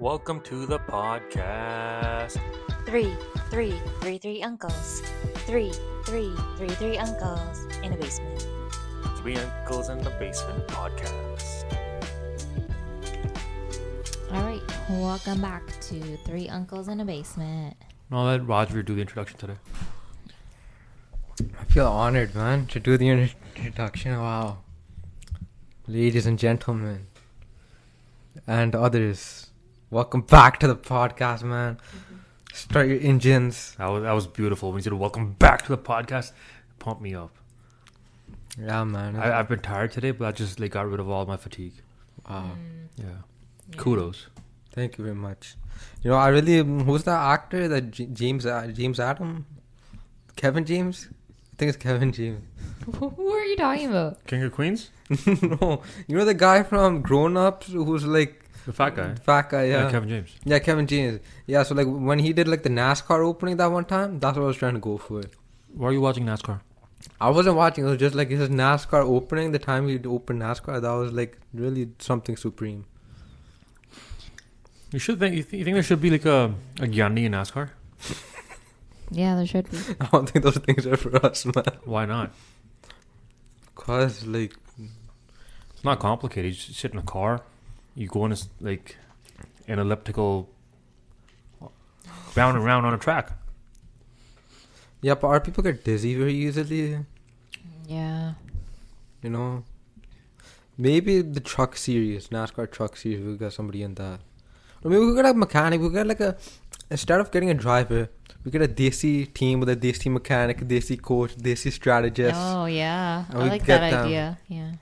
Welcome to the podcast. Three, three, three, three uncles. Three, three, three, three uncles in a basement. Three Uncles in the Basement podcast. All right, welcome back to Three Uncles in a Basement. No, I'll let Roger do the introduction today. I feel honored, man, to do the introduction. Wow. Ladies and gentlemen, and others, welcome back to the podcast, man. Start your engines. That was that was beautiful. When you said welcome back to the podcast, it pumped me up. Yeah, man. I, I've been tired today, but I just like got rid of all my fatigue. wow. Yeah. Kudos. Thank you very much. You know, I really. Who's that actor? That J- James uh, James Adam? Kevin James? I think it's Kevin James. Who are you talking about? King of Queens, no. You know the guy from Grown Ups who's like. the fat guy, Fat guy, yeah. yeah. Kevin James. Yeah, Kevin James. Yeah, so like when he did like the NASCAR opening that one time, that's what I was trying to go for. Why are you watching NASCAR? I wasn't watching. It was just like his NASCAR opening. The time he opened NASCAR, that was like really something supreme. You should think. You, th- you think there should be like a a Gandhi in NASCAR? Yeah, there should be. I don't think those things are for us, man. Why not? Cause like It's not complicated. You just sit in a car. You go on a s like an elliptical, round and round on a track. yeah, but our people get dizzy very easily. Yeah. You know, maybe the truck series, NASCAR truck series, we got somebody in that. Or maybe we could have a mechanic. We got like a instead of getting a driver, we get a desi team with a desi mechanic, desi coach, desi strategist. Oh, yeah. I I would like get um, that them. idea. Yeah.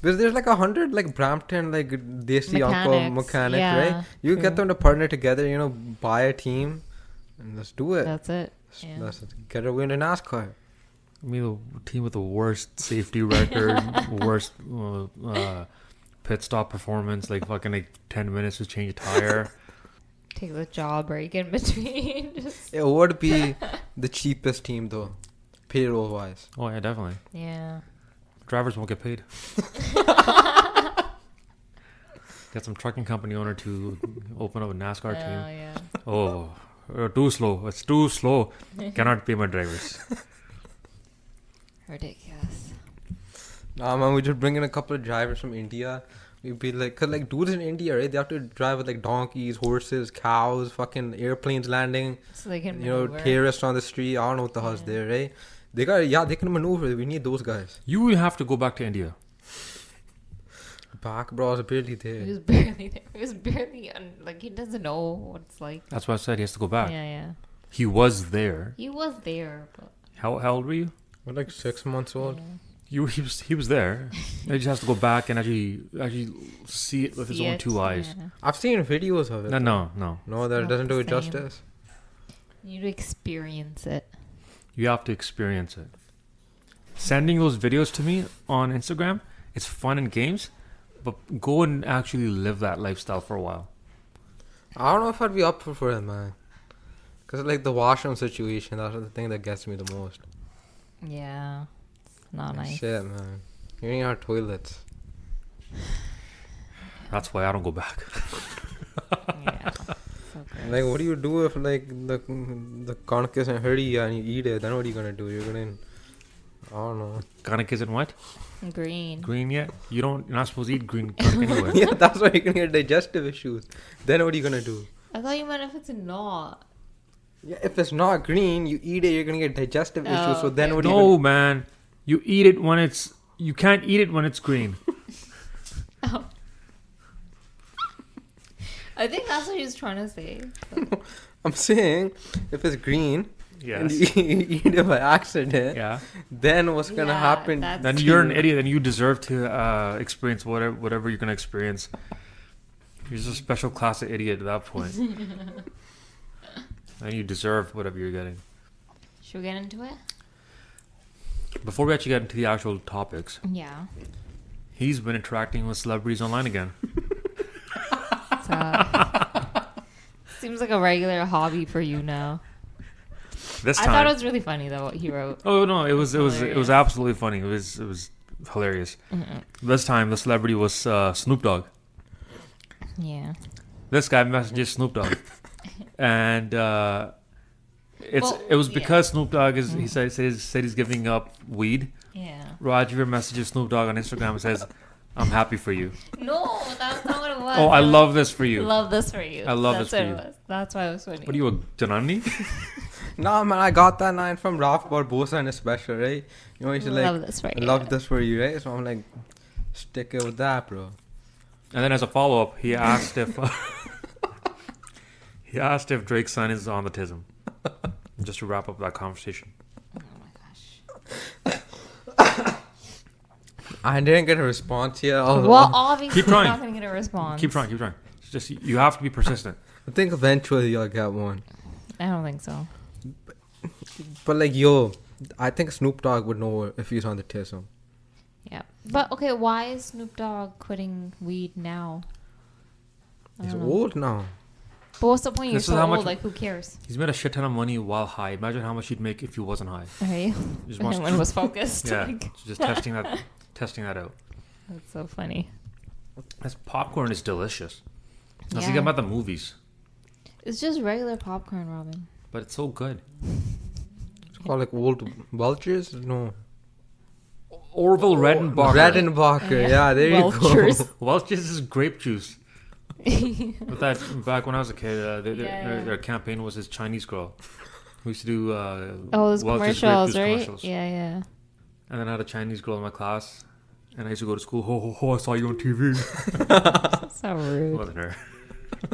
Because there's like a hundred like Brampton like Desi Uncle Mechanics, mechanic, yeah, right? You true. get them to partner together, you know, buy a team and let's do it. That's it. Let's, yeah. let's get a win in NASCAR. I mean, the team with the worst safety record, worst uh, uh, pit stop performance, like fucking like 10 minutes to change a tire. Take the jaw break in between. Just, It would be the cheapest team though, payroll wise. Oh, yeah, definitely. yeah. Drivers won't get paid. Get some trucking company owner to open up a Oh, NASCAR team. yeah. Oh, uh, too slow. It's too slow. Cannot pay my drivers. Ridiculous. Nah, man, we just bring in a couple of drivers from India. We'd be like, cause like dudes in India, right? They have to drive with like donkeys, horses, cows, fucking airplanes landing. So they can You know, maneuver. terrorists on the street. I don't know what the hell's Yeah. there, right? They got yeah, they can maneuver. We need those guys. You will have to go back to India. Back, bro, I was barely there. He was barely there. He was barely, un- like, he doesn't know what it's like. That's why I said he has to go back. Yeah, yeah. He was there. He was there, but. How, how old were you? We're like six months old. yeah. You he was he was there. he just has to go back and actually actually see it with his See own it, two eyes. yeah. I've seen videos of it. No, no, no. No, that Not doesn't the do it same. justice. You need to experience it. You have to experience it. Sending those videos to me on Instagram, it's fun and games, but go and actually live that lifestyle for a while. I don't know if I'd be up for, for it, man. Cause like the washroom situation, that's the thing that gets me the most. Yeah. It's not Oh, nice. Shit, man. You need our toilets. That's why I don't go back. yeah. So gross. Like, what do you do if like the the conch is and hurdy and you eat it? Then what are you gonna do? You're gonna, I don't know. Garlic isn't what Green. green yet. You don't. You're not supposed to eat green garlic anyway. yeah, that's why you're gonna get digestive issues. Then what are you gonna do? I thought you meant if it's not. Yeah, if it's not green, you eat it, you're gonna get digestive Oh, issues. So then okay. what? Are you No, man. You eat it when it's. You can't eat it when it's green. I think that's what he was trying to say. I'm saying, if it's green and you eat it by accident, Yeah. then what's gonna Yeah, happen? that's- Then to you're an you? idiot, and you deserve to uh, experience whatever whatever you're gonna experience. You're just a special class of idiot at that point, and you deserve whatever you're getting. Should we get into it? Before we actually get into the actual topics, Yeah. he's been interacting with celebrities online again. uh, seems like a regular hobby for you now. This I time, thought it was really funny though what he wrote. oh no, it was it was it Hilarious. was absolutely funny. It was it was hilarious. This time, the celebrity was uh, Snoop Dogg. Yeah. This guy messaged Snoop Dogg, and uh, it's Well, it was yeah. Mm-hmm. because Snoop Dogg is he said says, said he's giving up weed. Yeah. Roger messages Snoop Dogg on Instagram and says, "I'm happy for you. No, that's not what it was. Oh, I It was, love this for you. Love this for you. I love That's this for what you. It was. That's why it was funny. what are you a Janani? No, man, I got that line from Ralph Barbosa in a special, right? You know, he's like, Love this for I you. love this for you, right? So I'm like, stick it with that, bro. And then as a follow up, he asked if he asked if Drake's son is on the tism. Just to wrap up that conversation. Oh my gosh. I didn't get a response here. I'll, well, I'll- obviously, Oh, Keep trying. I'm not going to get a response. Keep trying, keep trying. It's just you have to be persistent. "Oh." I think eventually I'll get one. I don't think so. But like, yo, I think Snoop Dogg would know if he's on the tism. Yeah. But okay, why is Snoop Dogg quitting weed now? I He's don't know. old now. But what's the point? You're This is so how old. much- like, who cares? He's made a shit ton of money while high. Imagine how much he'd make if he wasn't high. Right? He Just wants Everyone was focused. yeah, Like, just testing that testing that out. that's so funny. This popcorn is delicious. I was Yeah. thinking about the movies, It's just regular popcorn, Robin. but it's so good. It's called like old vultures. No, Orville Redenbacher. Redenbacher. Yeah, there Vultures. you go. Welch's is grape juice. But that back when I was a kid, uh, they, they- Yeah, their, yeah. their campaign was this Chinese girl. We used to do uh, Oh, those Welch's grape commercials, juice right? commercials. Yeah, yeah. And then I had a Chinese girl in my class, and I used to go to school. Ho ho ho! I saw you on TV. So rude. Wasn't her.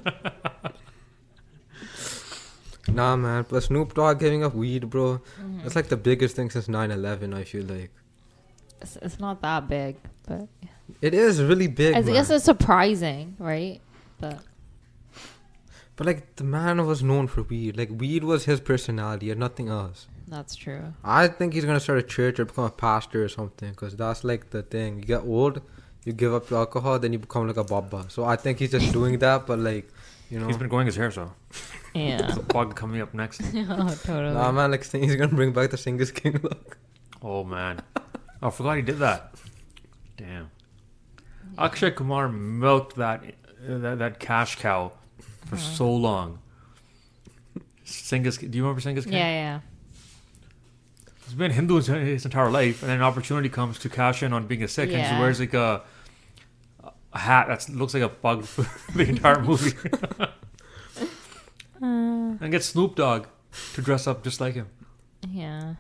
Nah, man. Plus Snoop Dogg giving up weed, bro. Mm-hmm. That's like the biggest thing since 9/11. I feel like It's, it's not that big, but it is really big. I man. guess it's surprising, right? But But like the man was known for weed. Like weed was his personality and nothing else. that's true. I think he's gonna start a church or become a pastor or something. Cause that's like the thing. You get old, you give up your alcohol, then you become like a baba. So I think he's just doing that. But like, you know, He's been growing his hair, so Yeah. the plug coming up next. oh, totally. nah, man. Like he's gonna bring back the Singers King look. Oh man, I forgot he did that. Damn. Akshay Kumar milked that that, that cash cow for so long. Singh's, do you remember Singh's? yeah, yeah. He's been Hindu his, his entire life, and then an opportunity comes to cash in on being a Sikh, and Yeah. he wears like a, a hat that looks like a pug for the entire movie, Uh, and gets Snoop Dogg to dress up just like him. yeah.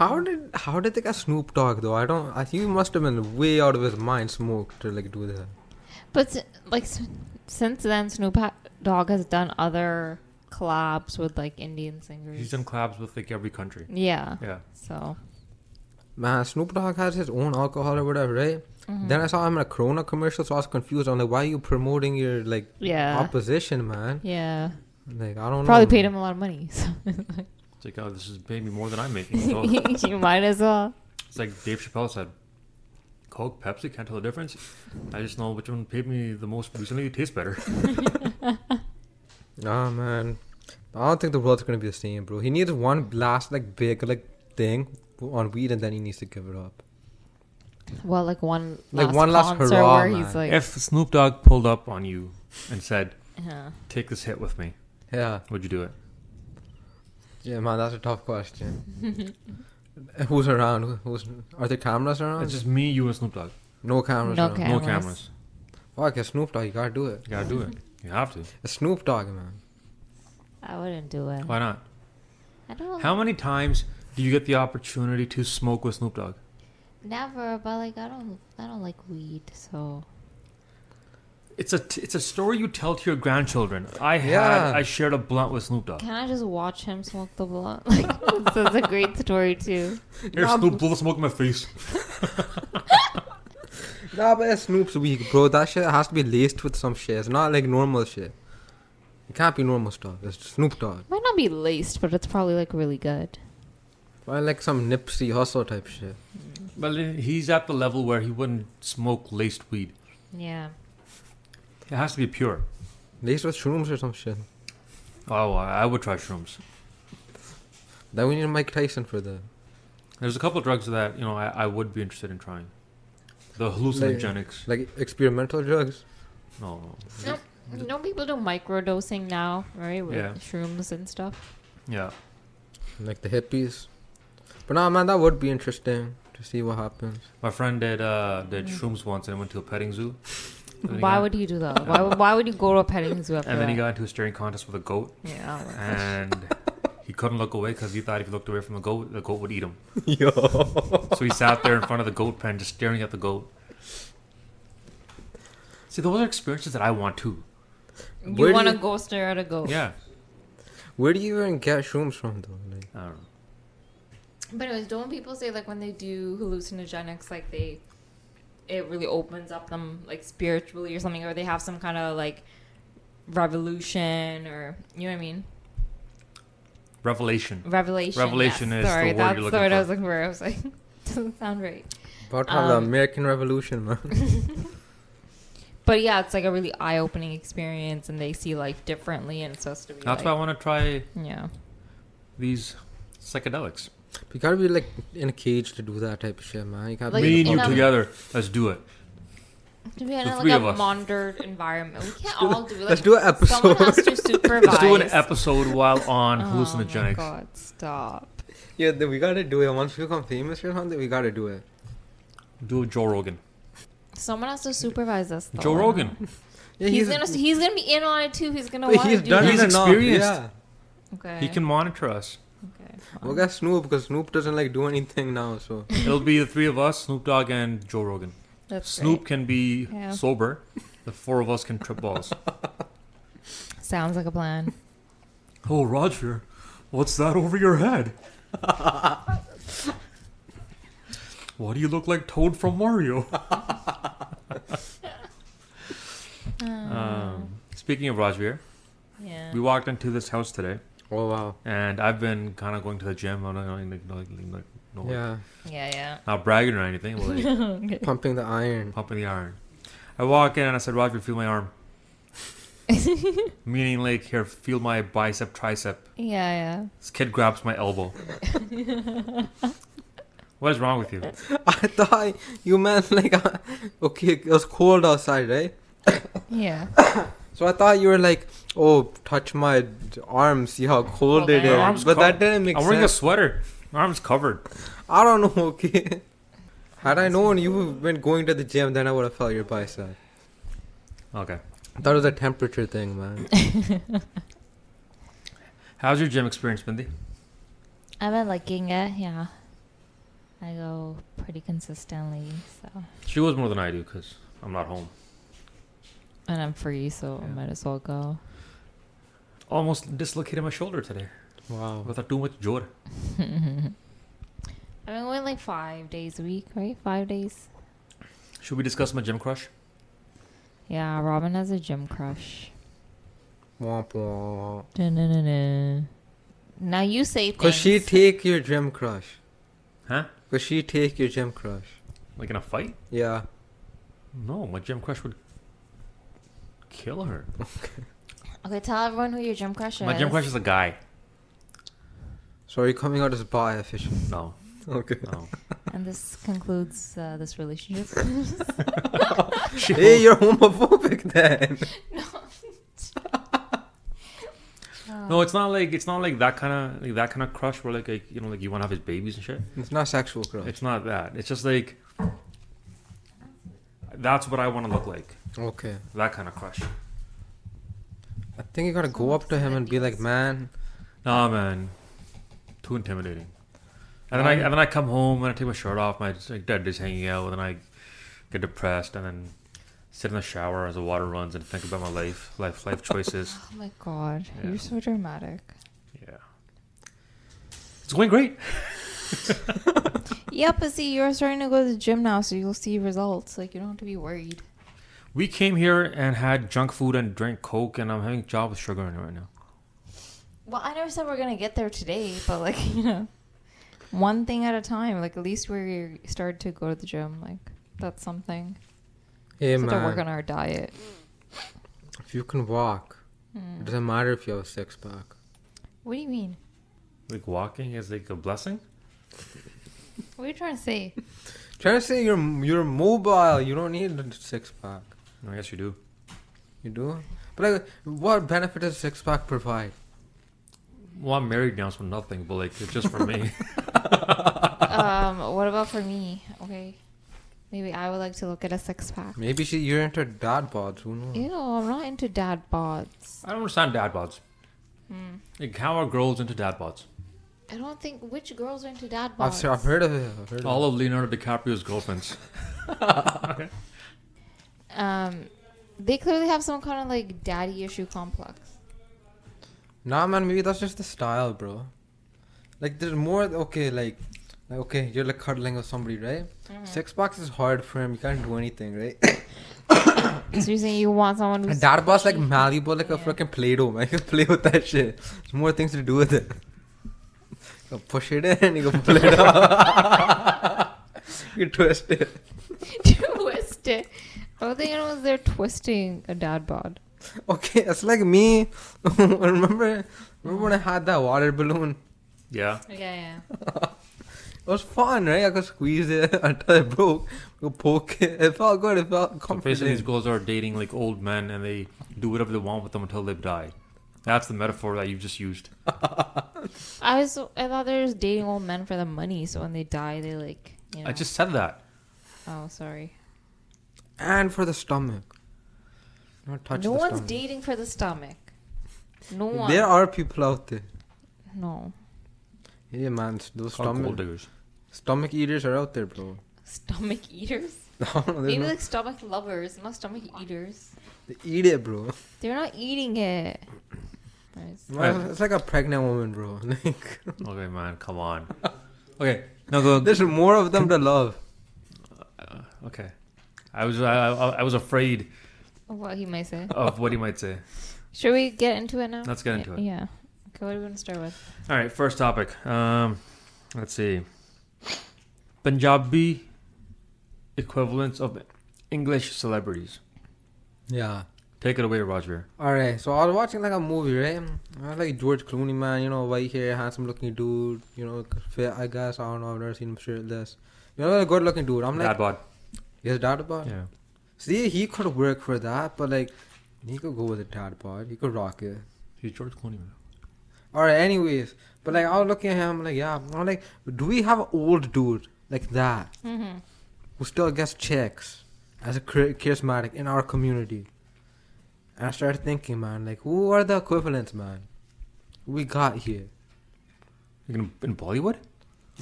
How did how did they get Snoop Dogg though? I don't. I think he must have been way out of his mind, smoked to like do that. But s- like s- since then, Snoop ha- Dogg has done other collabs with like Indian singers. He's done collabs with like every country. yeah. Yeah, So Man, Snoop Dogg has his own alcohol or whatever, right? Hmm. Then I saw him in a Corona commercial, so I was confused. I'm like, why are you promoting your like yeah, opposition, man? yeah. Like I don't Probably know. paid him a lot of money. So it's like oh, this is maybe more than I'm making. So you might as well. it's like Dave Chappelle said, Coke, Pepsi, can't tell the difference. I just know which one paid me the most recently. It tastes better. Nah, man. I don't think the world's gonna be the same, bro. He needs one last like big like thing on weed, and then he needs to give it up. Well, like one Like, last one last concert hurrah, where man. he's like, if Snoop Dogg pulled up on you and said, yeah. "Take this hit with me," Yeah, would you do it? yeah, man. That's a tough question. Who's around? Who- Who's are there cameras around? It's just me, you, and Snoop Dogg. no cameras. No around. cam- No Cameras. cameras. Fuck, it's Snoop Dogg. You gotta do it. You gotta do it. You have to. It's Snoop Dogg, man. I wouldn't do it. Why not? I don't. How many times do you get the opportunity to smoke with Snoop Dogg? Never, but like I don't, I don't like weed, so It's a t- it's a story you tell to your grandchildren. I had Yeah. I shared a blunt with Snoop Dogg. can I just watch him smoke the blunt? Like that's a great story too. Here, Snoop, blow the smoke in my face. Nah, but it's Snoop's weak, bro. That shit has to be laced with some shit. It's not like normal shit. It can't be normal stuff. It's Snoop Dogg. Might not be laced, but it's probably like really good. Or like some Nipsey Hustle type shit. But he's at the level where he wouldn't smoke laced weed. Yeah. It has to be pure. Laced with shrooms or some shit. Oh, I I would try shrooms. Then we need Mike Tyson for that. There's a couple of drugs that you know I, I would be interested in trying. The hallucinogenics. Like experimental drugs. No, no. Nope. You know, people do microdosing now, right? With Yeah. shrooms and stuff. Yeah. Like the hippies. But nah, man, that would be interesting to see what happens. My friend did uh, did shrooms once and went to a petting zoo. And then he Mm. Why got- would you do that? Why, would- why would you go to a petting zoo after And then he that? got Uh, into a staring contest with a goat, yeah, I don't know. and he couldn't look away because he thought if he looked away from the goat, the goat would eat him. Yo. So he sat there in front of the goat pen, just staring at the goat. See, those are experiences that I want too. Where you do want to you- go stare at a goat. Yeah. Where do you even get shrooms from, though? Like, I don't know. But anyways, don't people say like when they do hallucinogenics, like they, it really opens up them like spiritually or something, or they have some kind of like revolution or you know what I mean? Revelation. Revelation. Revelation yes. is the sorry, word that's you're the looking word I for. was looking for. I was like, doesn't sound right. about to have the Um, American Revolution, man. But yeah, it's like a really eye-opening experience, and they see life differently, and it's supposed to be. That's why I like, want to try Yeah. these psychedelics. You gotta be like in a cage to do that type of shit, man. You can't Like, be Me and in you a- together, let's do it. To be in The a, three like of a us. monitored environment, we can't all do it. Like, let's do an Someone has episode. to supervise. Let's do an episode while on Oh my hallucinogenics. god! Stop. Yeah, then we gotta do it. Once we become famous or something, we gotta do it. Do a Joe Rogan. Someone has to supervise us. Though. Joe Rogan. Yeah, he's, gonna he's gonna be in on it too. He's gonna but want he's to do done it. He's it enough. experienced. Yeah. Okay. He can monitor us. Okay. We'll get Snoop because Snoop doesn't like do anything now. So It'll be the three of us, Snoop Dogg and Joe Rogan. That's Snoop can be Yeah. sober. The four of us can trip balls. great. Sounds like a plan. oh, Roger, what's that over your head? Why do you look like Toad from Mario? um, speaking of Rajveer, Yeah. we walked into this house today, oh wow, and I've been kind of going to the gym. I'm not going like, like, like, no, yeah, Yeah. not bragging or anything, but like, Yeah. okay. pumping the iron. pumping the iron. I walk in and I said, Roger, feel my arm. Meaning, like, here, feel my bicep, tricep. Yeah. This kid grabs my elbow. what is wrong with you? I thought you meant like uh, okay, it was cold outside, right? Yeah. Yeah. So I thought you were like, oh, touch my arm, see how cold Cold it my is. Oh, arm's But that cold. didn't make I'm wearing a sense. sweater. My arm's covered. I don't know. Okay. Had I known you been going to the gym, then I would have felt your bicep. Okay. That was a temperature thing, man. How's your gym experience, Mindy? I've been liking it. Yeah. I go pretty consistently, so She was more than I do because I'm not home. and I'm free, so I Yeah. might as well go. Almost dislocated my shoulder today wow. without too much joy. I've been going like five days a week, right? Five days. Should we discuss my gym crush? Yeah. Robin has a gym crush. Womp womp. Dun-dun-dun-dun. Now you say things. Cause she take your gym crush. Huh? Cause she take your gym crush. Like in a fight? Yeah. No, my gym crush would kill her. okay, tell everyone who your gym crush is. My gym crush is a guy. So are you coming out as bi official? No, Okay. no. And this concludes uh, this relationship. hey, you're homophobic then. Oh, No, it's not like it's not like that kind of like that kind of crush where like, like you know like you want to have his babies and shit. It's not sexual crush. It's not that. It's just like that's what I want to look like. Okay. That kind of crush. I think you gotta go up to him and be like, man, Nah, man, too intimidating. And then I and then I come home and I take my shirt off. My like, dead is hanging out. And then I get depressed and then sit in the shower as the water runs and think about my life, life, life choices. oh my god, Yeah. you're so dramatic. Yeah, it's going great. Yeah, but see, you're starting to go to the gym now, so you'll see results. Like you don't have to be worried. We came here and had junk food and drank coke, and I'm having job with sugar in it right now. Well, I never said we're gonna get there today, but like you know, one thing at a time. Like at least we started to go to the gym. Like that's something. hey Start to work on man, our diet. if you can walk, it doesn't matter if you have a six pack. What do you mean? Like walking is like a blessing. What are you trying to say? Trying to say you're you're mobile. You don't need a six pack. No, yes you do. You do. But like, what benefit does six pack provide? Well, I'm married now, so nothing. But like, it's just for me. um, what about for me? Okay, maybe I would like to look at a six pack. Maybe she, you're into dad bods. Who knows? Ew, I'm not into dad bods. I don't understand dad bods. Like, how are girls into dad bods? I don't think which girls are into dad I've, bods. se- I've heard of it. I've heard of All of Leonardo DiCaprio's girlfriends. um, they clearly have some kind of like daddy issue complex. it. Nah, man. Maybe that's just the style, bro. Like, there's more. Okay, like, like, okay, you're like cuddling with somebody, right? Six packs is hard for him. You can't do anything, right? so you're saying you want someone And who's dad bods like malleable, like a freaking play-doh. Man, you can play with that shit. There's more things to do with it. You can push it in. You can pull it out. you can twist it. twisted? I don't think anyone's there twisting a dad bod. Okay, it's like me. remember, remember when I had that water balloon? Yeah. Yeah, yeah. It was fun, right? I could squeeze it until it broke. I could poke it. It felt good. It felt So basically, comforting. these girls are dating like old men, and they do whatever they want with them until they die. That's the metaphor that you've just used. I was I thought they were just dating old men for the money, so when they die, they like you know. I just said that. oh sorry. and for the stomach. Not touch no the one's stomach. dating for the stomach. No one. There are people out there. no Yeah, man. Those It's called gold stomach, diggers. stomach eaters are out there, bro. stomach eaters. I don't know, there's Maybe no- like stomach lovers, not stomach eaters. They eat it, bro. They're not eating it. Nice. Man, It's like a pregnant woman, bro. Like, Okay, man, come on. Okay, no, the, there's more of them to love. Uh, okay. I was I, I, I was afraid What he might say. of what he might say. Should we get into it now? Let's get into it. Yeah. Okay, what do we want to start with? All right, first topic. Um, let's see. Punjabi equivalents of English celebrities. Yeah. Take it away, Roger. All right, so I was watching like a movie, right? I was like George Clooney, man, you know, white hair, handsome looking dude, you know, fit, I guess. I don't know, I've never seen him shirtless. You know, a good looking dude. I'm like, Dad bod. his dad bod. Yeah. See, he could work for that, but like, he could go with a dad bod. He could rock it. He's George Clooney. Man. All right, anyways, but like, I was looking at him, like, yeah, I'm like, do we have an old dude like that Mm-hmm. who still gets checks as a char- charismatic in our community? And I started thinking, man, like, who are the equivalents, man? Who We got here. You can in Bollywood?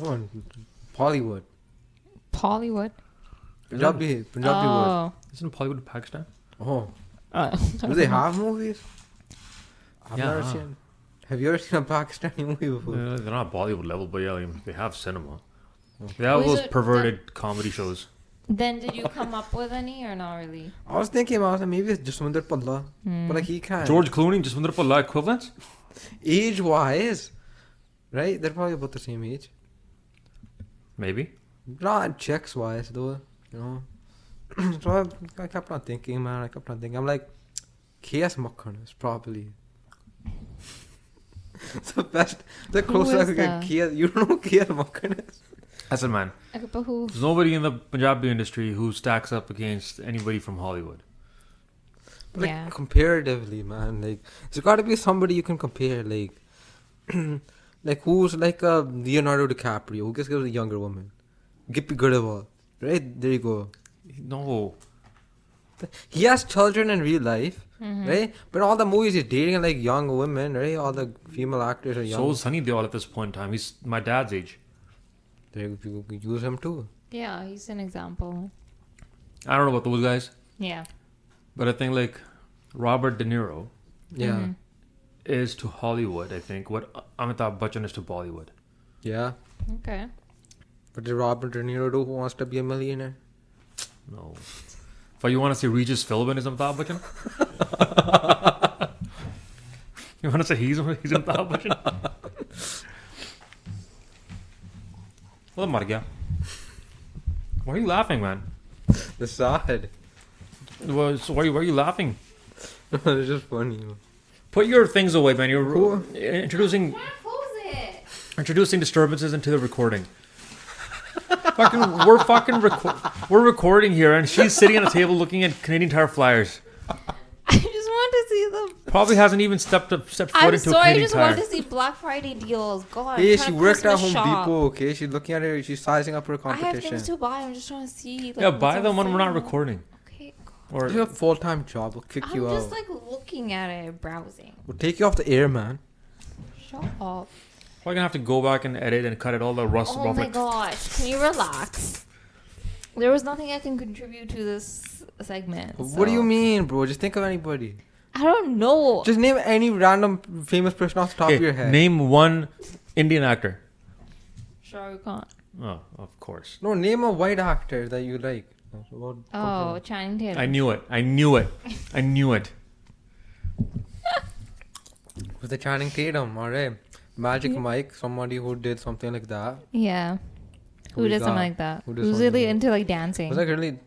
Oh, in Bollywood. Pollywood. Oh. Punjabi, Punjabi word. Isn't Bollywood Pakistan? Oh, Oh. do they have movies? I've Yeah, never huh. seen. Have you ever seen a Pakistani movie before? Yeah, they're not Bollywood level, but yeah, like, they have cinema. They have Wait, those so- perverted comedy shows. Then did you come up with any or not really? I was thinking about it. Maybe it's Jaswinder Palla, Hmm. but like he can't. Mm. George Clooney, Jaswinder Palla equivalents? age wise, right? They're probably about the same age. Maybe. Not checks wise though, you know. so I, I kept on thinking, man. I kept on thinking. I'm like, KS Makhan is probably the best. The closest I is could get that? KS. You don't know who KS Makhan is. That's it, man. Okay, but who? There's nobody in the Punjabi industry who stacks up against anybody from Hollywood. But, like Yeah. comparatively, man, like there's got to be somebody you can compare, like, like who's like a Leonardo DiCaprio, who gets good with a younger woman, Gippy Goodable, right? There you go. No. He has children in real life, Mm-hmm. right? But all the movies he's dating are like young women, right? All the female actors are So young. is Sunny Deol at this point in time. He's my dad's age. There you, you could use him too. Yeah, he's an example. I don't know about those guys, Yeah. but I think like Robert De Niro Mm-hmm. Yeah, is to Hollywood, I think, what Amitabh Bachchan is to Bollywood. yeah. Okay. But did Robert De Niro do who wants to be a millionaire? No. If you want to say Regis Philbin is Amitabh Bachchan? you want to say he's, he's Amitabh Bachchan? well, I'm Why are you laughing, man? The side. Well, so why, why are you laughing? it's just funny. man. Oh, Put your things away, man. You're Cool. introducing Who's it? introducing disturbances into the recording. fucking, we're fucking reco- we're recording here, and she's sitting at a table looking at Canadian Tire flyers. I just want to see them. Probably hasn't even stepped up stepped foot I'm into sorry, a I cleaning just want tire. to see Black Friday deals. God, I'm Hey, trying she to worked at Christmas Home shop. Depot. Okay, she's looking at her. She's sizing up her I have competition. things to buy. I'm just trying to see. Like, Yeah, what's buy on them when we're not sale. recording. Okay, God. This Or is a full time job. We'll kick I'm you just out. like looking at it, browsing. we'll take you off the air, man. Shut up. We're gonna have to go back and edit and cut it all the rust Oh off. my Like, gosh, can you relax? There was nothing I can contribute to this segment. What do so- you mean, bro? Just think of anybody. I don't know. Just name any random famous person off the top Okay, of your head. Name one Indian actor. Shah Rukh Khan. Oh, of course. no, name a white actor that you like. What- Oh, Channing Tatum. I knew it. I knew it. I knew it. With the Channing Tatum, alright. Magic Mike, somebody who did something like that. Yeah. Who, Who does is something that? like that? Who does Who's something really like that? into like dancing? Was like really?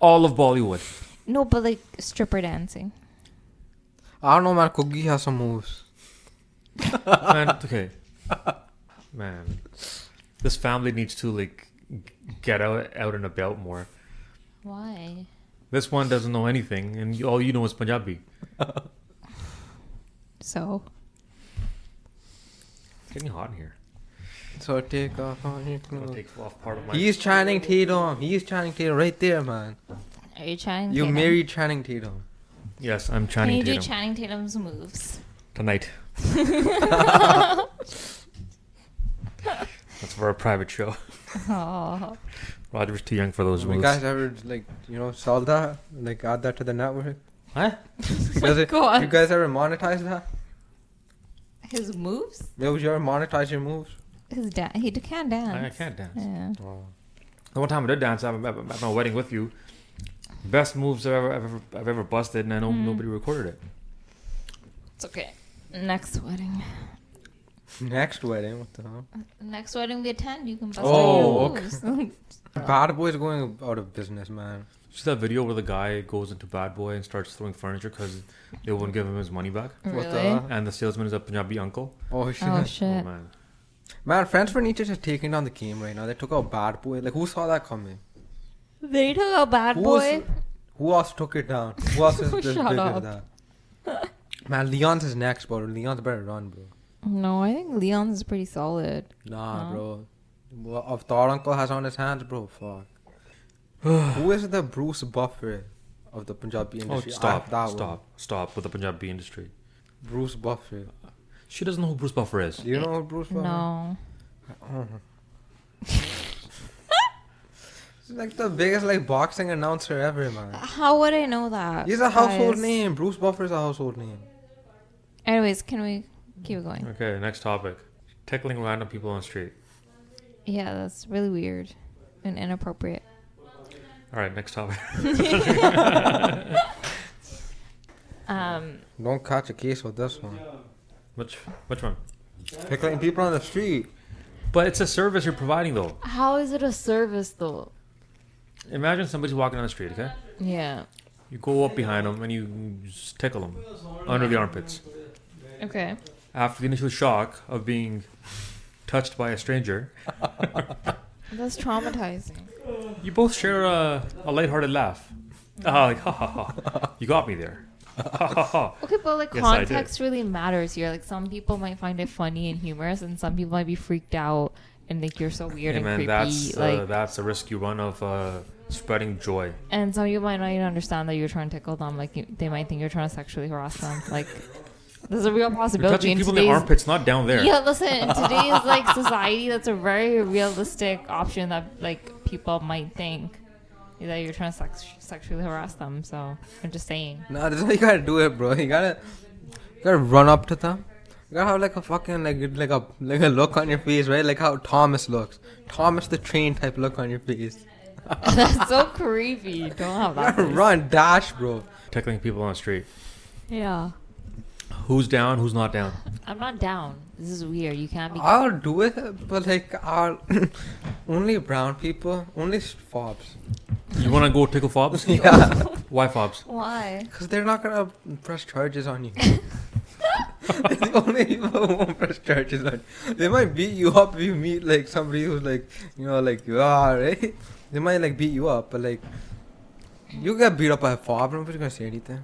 All of Bollywood. no, but like stripper dancing. I don't know, man. Kogi has some moves. Man, okay. Man, this family needs to like get out out and about more. Why? This one doesn't know anything, and all you know is Punjabi. So It's getting hot in here. So take off on your I'll clothes. take off part of my. He's Channing Tatum. He's Channing Tatum right there, man. are you Channing? You Tatum? married Channing Tatum. yes, I'm Can Channing you Tatum do Channing Tatum's moves? tonight. That's for a private show. Oh, Roger's too young for those you moves. guys uh, ever like you know sell that? Like add that to the network? Huh? Does it- Oh God. You guys ever monetize that? his moves. Yeah, would you ever monetize your moves? His da- he d- can I, I dance. can't dance. Yeah. Oh. The one time I did dance at, at, at my wedding with you, best moves I've ever I've ever, I've ever busted, and I know Mm-hmm. nobody recorded it. It's okay. Next wedding. Next wedding, what the hell? Next wedding we attend, you can bust Oh, all your moves. Oh. Bad Boy's going out of business, man. See that video where the guy goes into Bad Boy and starts throwing furniture because they won't give him his money back, What the? Really? hell? and the salesman is a Punjabi uncle. Oh shit. Oh Oh shit! man, Man, Friends for Nietzsche just taking down the game right now. They took out Bad Boy. Like, who saw that coming? They took a bad Who boy. else- Who else took it down? Who else is this Shut bigger up. than that? Man, Leon's is next, bro. Leon's better run, bro. No, I think Leon's is pretty solid. Nah, Huh? bro. What Avatar Uncle has on his hands, bro. Fuck. who is the Bruce Buffer of the Punjabi oh industry? stop, Ah, that one. stop, stop with the Punjabi industry. Bruce Buffer. She doesn't know who Bruce Buffer is. Do you know who Bruce Buffer? No. He's like the biggest like boxing announcer ever, man. How would I know that? He's a household guys? name. Bruce Buffer's a household name. Anyways, can we keep going? Okay, next topic: tickling random people on the street. Yeah, that's really weird and inappropriate. All right, next topic. Um, Don't catch a case with this one. which which one? Pickling people on the street. But it's a service you're providing, though. how is it a service though? Imagine somebody's walking down the street. Okay, Yeah. you go up behind them and you just tickle them under the armpits. Okay. After the initial shock of being touched by a stranger, That's traumatizing. You both share a, a lighthearted laugh. Ah, like, ha ha ha. You got me there. Ha ha ha. Okay, but like Yes, I did. context really matters here. Like some people might find it funny and humorous, and some people might be freaked out and think you're so weird Hey, and man, creepy. that's, like, uh, that's a risk you run of uh, spreading joy. and some people might not even understand that you're trying to tickle them. Like you, they might think you're trying to sexually harass them. Like there's a real You're possibility touching in people in the today's armpits, not down there. Yeah, listen, in today's like society, that's a very realistic option that like people might think that you're trying to sex- sexually harass them. So I'm just saying. Nah, that's how you gotta do it, bro. You gotta, you gotta run up to them. You gotta have like a fucking like like a like a look on your face, right? Like how Thomas looks. Thomas the train type look on your face. that's so creepy. Don't have You gotta that. run, dash, bro. Tickling people on the street. Yeah, Who's down, who's not down? I'm not down. This is weird. You can't be. I'll do it, but like I'll only brown people, only fobs. You want to go tickle fobs? Yeah, Why fobs? Why? because they're not gonna press charges on you. It's the only people who won't press charges on you. They might beat you up if you meet like somebody who's like you know like you are right. They might like beat you up, but like you get beat up by a fob, nobody's gonna say anything.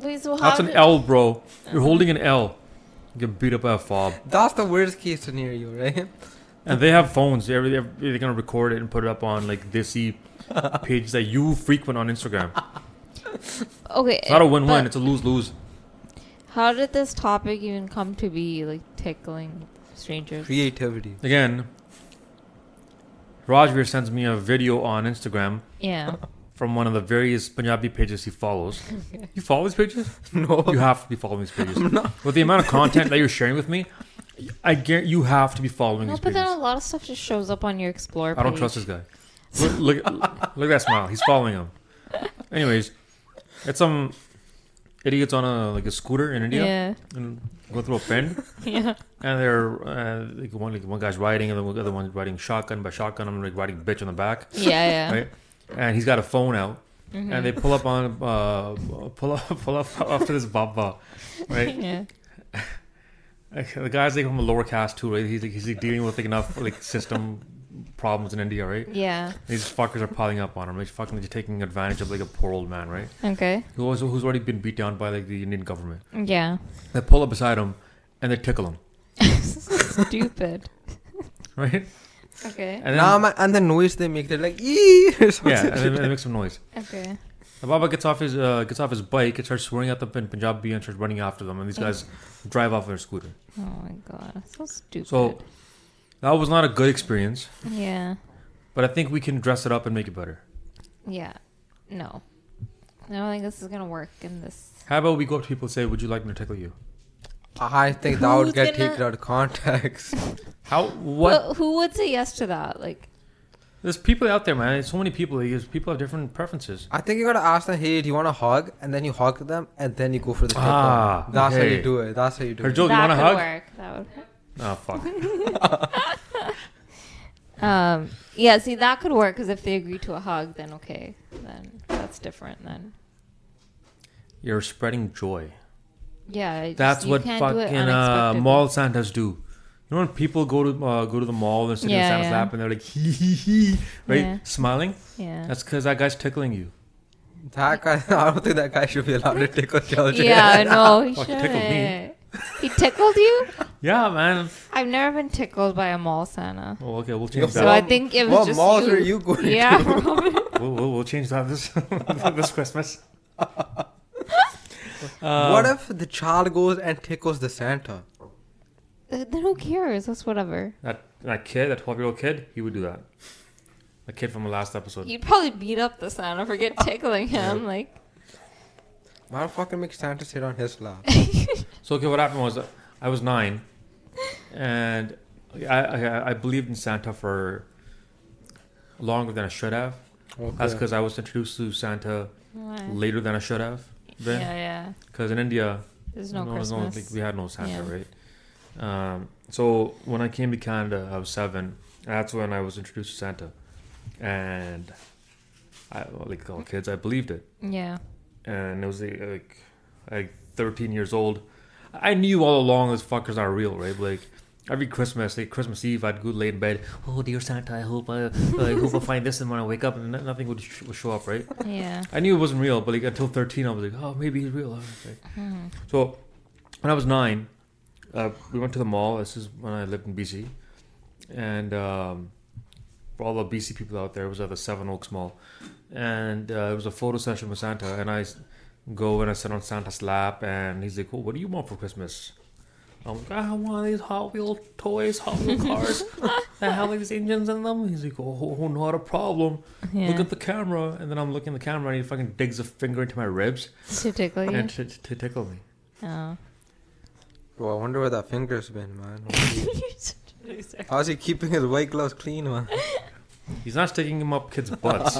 Wait, so how That's an did- L, bro. You're holding an L. You get beat up by a fob. That's the worst case scenario, right? And they have phones. They're, they're, they're going to record it and put it up on like this page that you frequent on Instagram. Okay, It's not a win win, Uh, but it's a lose lose. How did this topic even come to be like tickling strangers? Creativity. Again, Rajveer sends me a video on Instagram Yeah. from one of the various Punjabi pages he follows. You follow these pages? No. You have to be following these pages. With the amount of content that you're sharing with me, I guarantee you have to be following No, these but then a pages. lot of stuff just shows up on your Explore page. I don't trust this guy. Look, look, look at that smile. He's following him. Anyways, it's some idiots on a like a scooter in India Yeah. and go through a bend. Yeah. And they're uh, like one like one guy's riding, and the other one's riding shotgun by shotgun. I'm like riding bitch on the back, Yeah. Yeah. right? And he's got a phone out, Mm-hmm. and they pull up on uh, pull up pull up after this baba, right? Yeah. Like, the guy's like from a lower caste too, right? He's like he's like, dealing with like enough like system problems in India, right? Yeah. These fuckers are piling up on him. They're fucking just taking advantage of like a poor old man, right? Okay. Who also who's already been beat down by like the Indian government. Yeah. They pull up beside him, and they tickle him, Stupid. right? Okay. And then, Nah, man, and the noise they make, they're like, ee! or yeah, something. and then they make some noise. Okay. The Baba gets off his uh, gets off his bike and starts swearing at the Pun- Punjabi and starts running after them, and these guys drive off on their scooter. Oh my god. So stupid. So that was not a good experience, Yeah. but I think we can dress it up and make it better. Yeah. No. I don't think this is gonna work in this. How about we go up to people and say, "Would you like me to tickle you?" I think that would Who's get gonna- taken out of context. How what? What? who would say yes to that? Like, There's people out there, man. There's so many people. There's people have different preferences. I think you gotta ask them, hey, do you want a hug? And then you hug them, and then you go for the tickle. Ah, That's how okay. you do it. That's how you do Her it. Joe, you that want a could hug? work. That would. Oh fuck. Um. Yeah. See, that could work because if they agree to a hug, then okay, then that's different. Then. You're spreading joy. Yeah. it just- That's you what can't do it fucking uh, unexpectedly. mall Santas do. You know when people go to uh, go to the mall and sit in Yeah, Santa's yeah. lap and they're like hee hee hee, right, Yeah. smiling. Yeah. That's because that guy's tickling you. That guy, I don't think that guy should be allowed to tickle children. yeah. No. He Fuck, he tickled me. shouldn't. He tickled you? Yeah, man. I've never been tickled by a mall Santa. Well, okay, we'll change So So that. I think it was What just malls you. were you going to? yeah, probably. We'll, we'll, we'll change that this this Christmas. Um, what if the child goes and tickles the Santa? then who cares? That's whatever. That that kid, that twelve year old kid, he would do that. The kid from the last episode. You'd probably beat up the Santa for get tickling him. Like, Why fucking make Santa sit on his lap? So okay, what happened was uh, I was nine, and I I, I believed in Santa for longer than I should have. That's Okay. because I was introduced to Santa why? later than I should have. yeah, Been yeah. because in India, There's no, there's no- Christmas. like, we had no Santa, Yeah. right? Um, so when I came to Canada, I was seven. That's when I was introduced to Santa, and I well, like all kids, I believed it, yeah, and it was like, like like 13 years old. I knew all along those fuckers are real, right? Like. Every Christmas, like Christmas Eve, I'd go lay in bed. Oh dear Santa, I hope I, I hope I find this, and when I wake up, and no- nothing would, sh- would show up, right? yeah. I knew it wasn't real, but like until thirteen, I was like, oh, maybe he's real. Okay. Mm-hmm. So when I was nine, uh, we went to the mall. This is when I lived in BC, and um, for all the BC people out there, it was at the Seven Oaks Mall, and uh, it was a photo session with Santa. And I s- go and I sit on Santa's lap, and he's like, well, "What do you want for Christmas?" I'm like, "I want these Hot Wheel toys, Hot Wheel cars that have like these engines in them." He's like, "Oh, oh, not a problem." Yeah. Look at the camera, and then I'm looking at the camera, and he fucking digs a finger into my ribs To tickle you. and to, to tickle me. Oh. Bro, I wonder where that finger's been, man. How's he keeping his white gloves clean, man? He's not sticking him up kids' butts.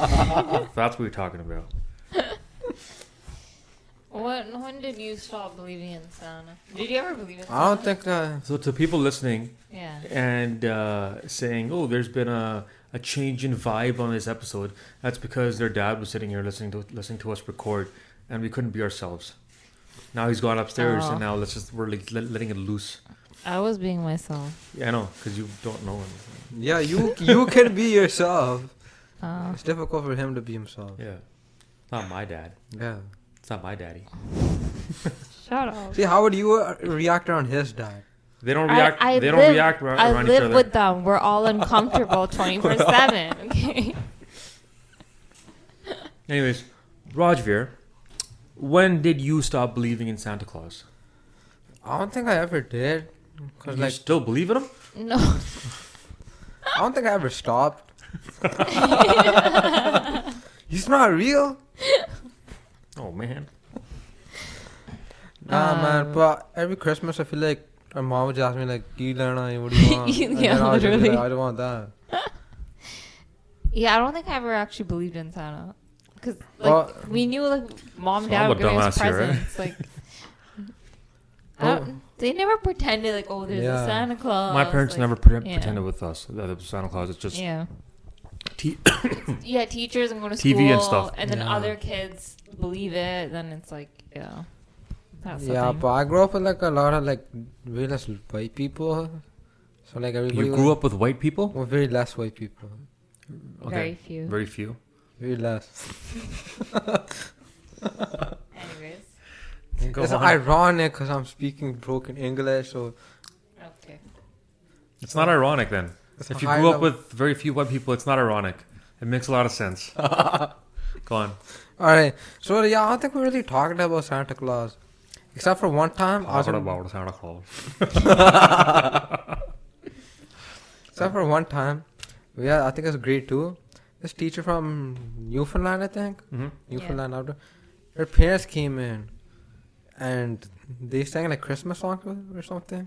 That's what we're talking about. When, when did you stop believing in Santa? Did you ever believe in Santa? I don't think uh, that. So to people listening Yeah. and uh, saying, "Oh, there's been a, a change in vibe on this episode," that's because their dad was sitting here listening to listening to us record, and we couldn't be ourselves. Now he's gone upstairs, Oh. and now let's just we're like let, letting it loose. I was being myself. Yeah, I know, because you don't know anything. Yeah, you you can be yourself. Oh. It's difficult for him to be himself. Yeah, not my dad. Yeah. It's not my daddy. Shut up. See, how would you uh, react around his dying? They don't I- react. I they live- don't react ra- I around each live other. with them. We're all uncomfortable 24 7. Okay. Anyways, Rajveer, when did you stop believing in Santa Claus? I don't think I ever did. Cause you like still believe in him? No. I don't think I ever stopped. He's not real. Oh man. Nah, man. Um, But every Christmas, I feel like my mom would ask me like, "Ki lehna hai? What do you want?" Yeah, And then I would just be literally. Like, I don't want that. Yeah, I don't think I ever actually believed in Santa. Because like, Well- we knew like mom So and dad I'm a were giving us dumbass here, eh? presents. Like, I don't, they never pretended like, oh, there's Yeah. a Santa Claus. My parents Uh, like- never pre- yeah. pretended with us that it was Santa Claus. It's just Yeah. T- Yeah, teachers and going to school. TV and stuff. And then Yeah. other kids believe it. Then it's like, yeah. That's the yeah, thing. but I grew up with like a lot of like way less white people. So like everybody. you grew was, up with white people. with very less white people. Very few. Very few. Very less. Anyways. Go it's on. ironic because I'm speaking broken English, so Okay. It's not ironic then. It's if you high grew up level. with very few white people, it's not ironic. It makes a lot of sense. Go on. All right. So yeah, I don't think we really talked about Santa Claus, except for one time. I was Talking in- about Santa Claus. except for one time, yeah, I think it was grade two. This teacher from Newfoundland, I think, Mhm. Newfoundland, after her parents came in, and they sang like Christmas songs or something.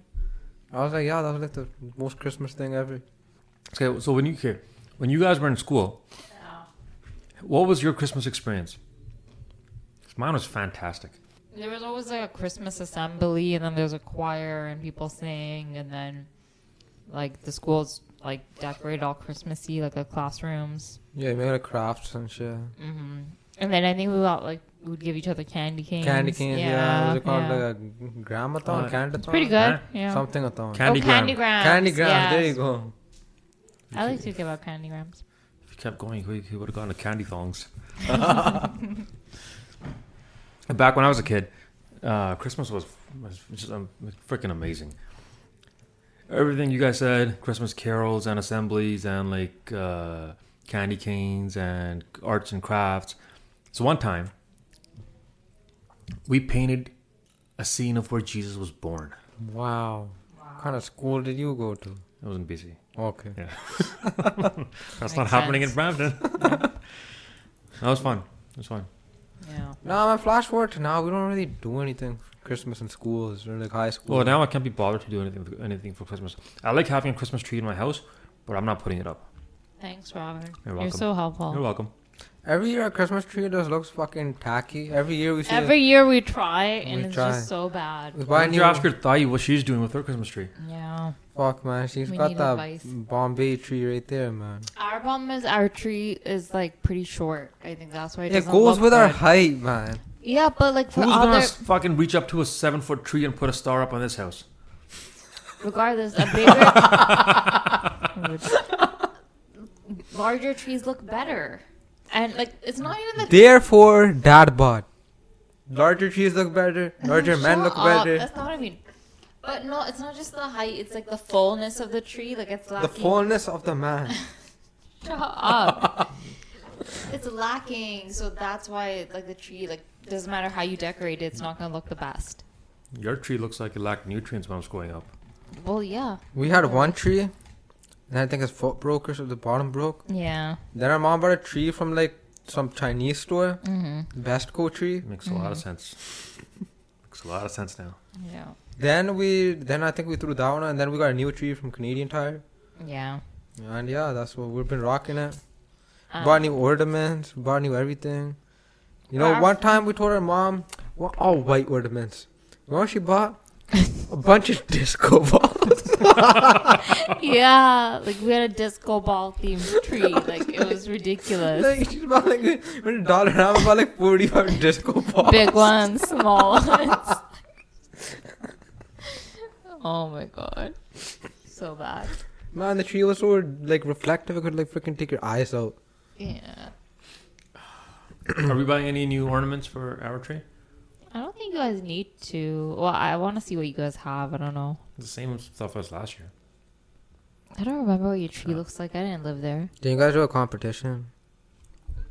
I was like, yeah, that was like the most Christmas thing ever. Okay, so when you okay, when you guys were in school, Uh, what was your Christmas experience? 'Cause Mine was fantastic. There was always like a Christmas assembly, and then there's a choir, and people sing, and then like the schools like decorated all Christmassy, like the classrooms. Yeah, we had crafts and shit. hmm And then I think we got like we would give each other candy canes. Candy canes, yeah. yeah, Was it called uh, yeah. like a gramathon, Uh, candy? It's pretty good. Huh? Yeah. Something a thon. Candy oh, gram. candy grams. Candy grams. yes. There you go. I like to give out candy grams. If you kept going, he would have gone to candy thongs. Back when I was a kid, uh, Christmas was, was just um, freaking amazing. Everything you guys said, Christmas carols and assemblies and like uh, candy canes and arts and crafts. So one time, we painted a scene of where Jesus was born. Wow. What kind of school did you go to? It was in BC. Okay. That's Makes not happening sense. in Brampton. that was fun. It was fun. Yeah. No, my flash forward to now, we don't really do anything for Christmas in schools or like high school. Well, now I can't be bothered to do anything anything for Christmas. I like having a Christmas tree in my house, but I'm not putting it up. Thanks, Robert. You're You're welcome. so helpful. You're welcome. Every year, our Christmas tree just looks fucking tacky. Every year we see Every year we try, and We it's try. just so bad. we Why buy don't you new. ask your thai what she's doing with her Christmas tree? Yeah. Fuck, man. She's We got need that advice. Bombay tree right there, man. Our problem is our tree is like pretty short. I think that's why it, It doesn't goes look with our good. height, man. Yeah, but like for Who's gonna other, s- fucking reach up to a seven foot tree and put a star up on this house? regardless, a bigger, larger trees look better, and like it's not even the Therefore, dad bought. Larger trees look better. Larger men Shut look up, better. That's not what I mean. But no, it's not just the height. It's like the fullness of the tree. Like it's The lacking. fullness of the man. Shut up. it's lacking, so that's why like the tree like doesn't matter how you decorate it, it's not gonna look the best. Your tree looks like it lacked nutrients when I was growing up. Well, yeah, We had one tree, and I think his foot broke or so the bottom broke. yeah. Then our mom bought a tree from like some Chinese store, Mm-hmm. Vestco tree. Makes a Mm. lot of sense. Makes a lot of sense now. Yeah. Then we, then I think we threw that one, and then we got a new tree from Canadian Tire. Yeah. And yeah, that's what we've been rocking it. Um, bought new ornaments, bought new everything. You know, Wow. one time we told our mom, well, all white ornaments. You know what she bought? a bunch of disco balls. Um, yeah, like we had a disco ball themed tree. Like it was ridiculous. like she bought like with a dollar and I bought like forty five disco balls. Big ones, small ones. oh my god. So bad. Man, the tree was so like reflective. It could like freaking take your eyes out. Yeah. Are we buying any new ornaments for our tree? I don't think you guys need to. Well, I want to see what you guys have. I don't know. The same stuff as last year. I don't remember what your tree Sure. looks like. I didn't live there. Did you guys do a competition?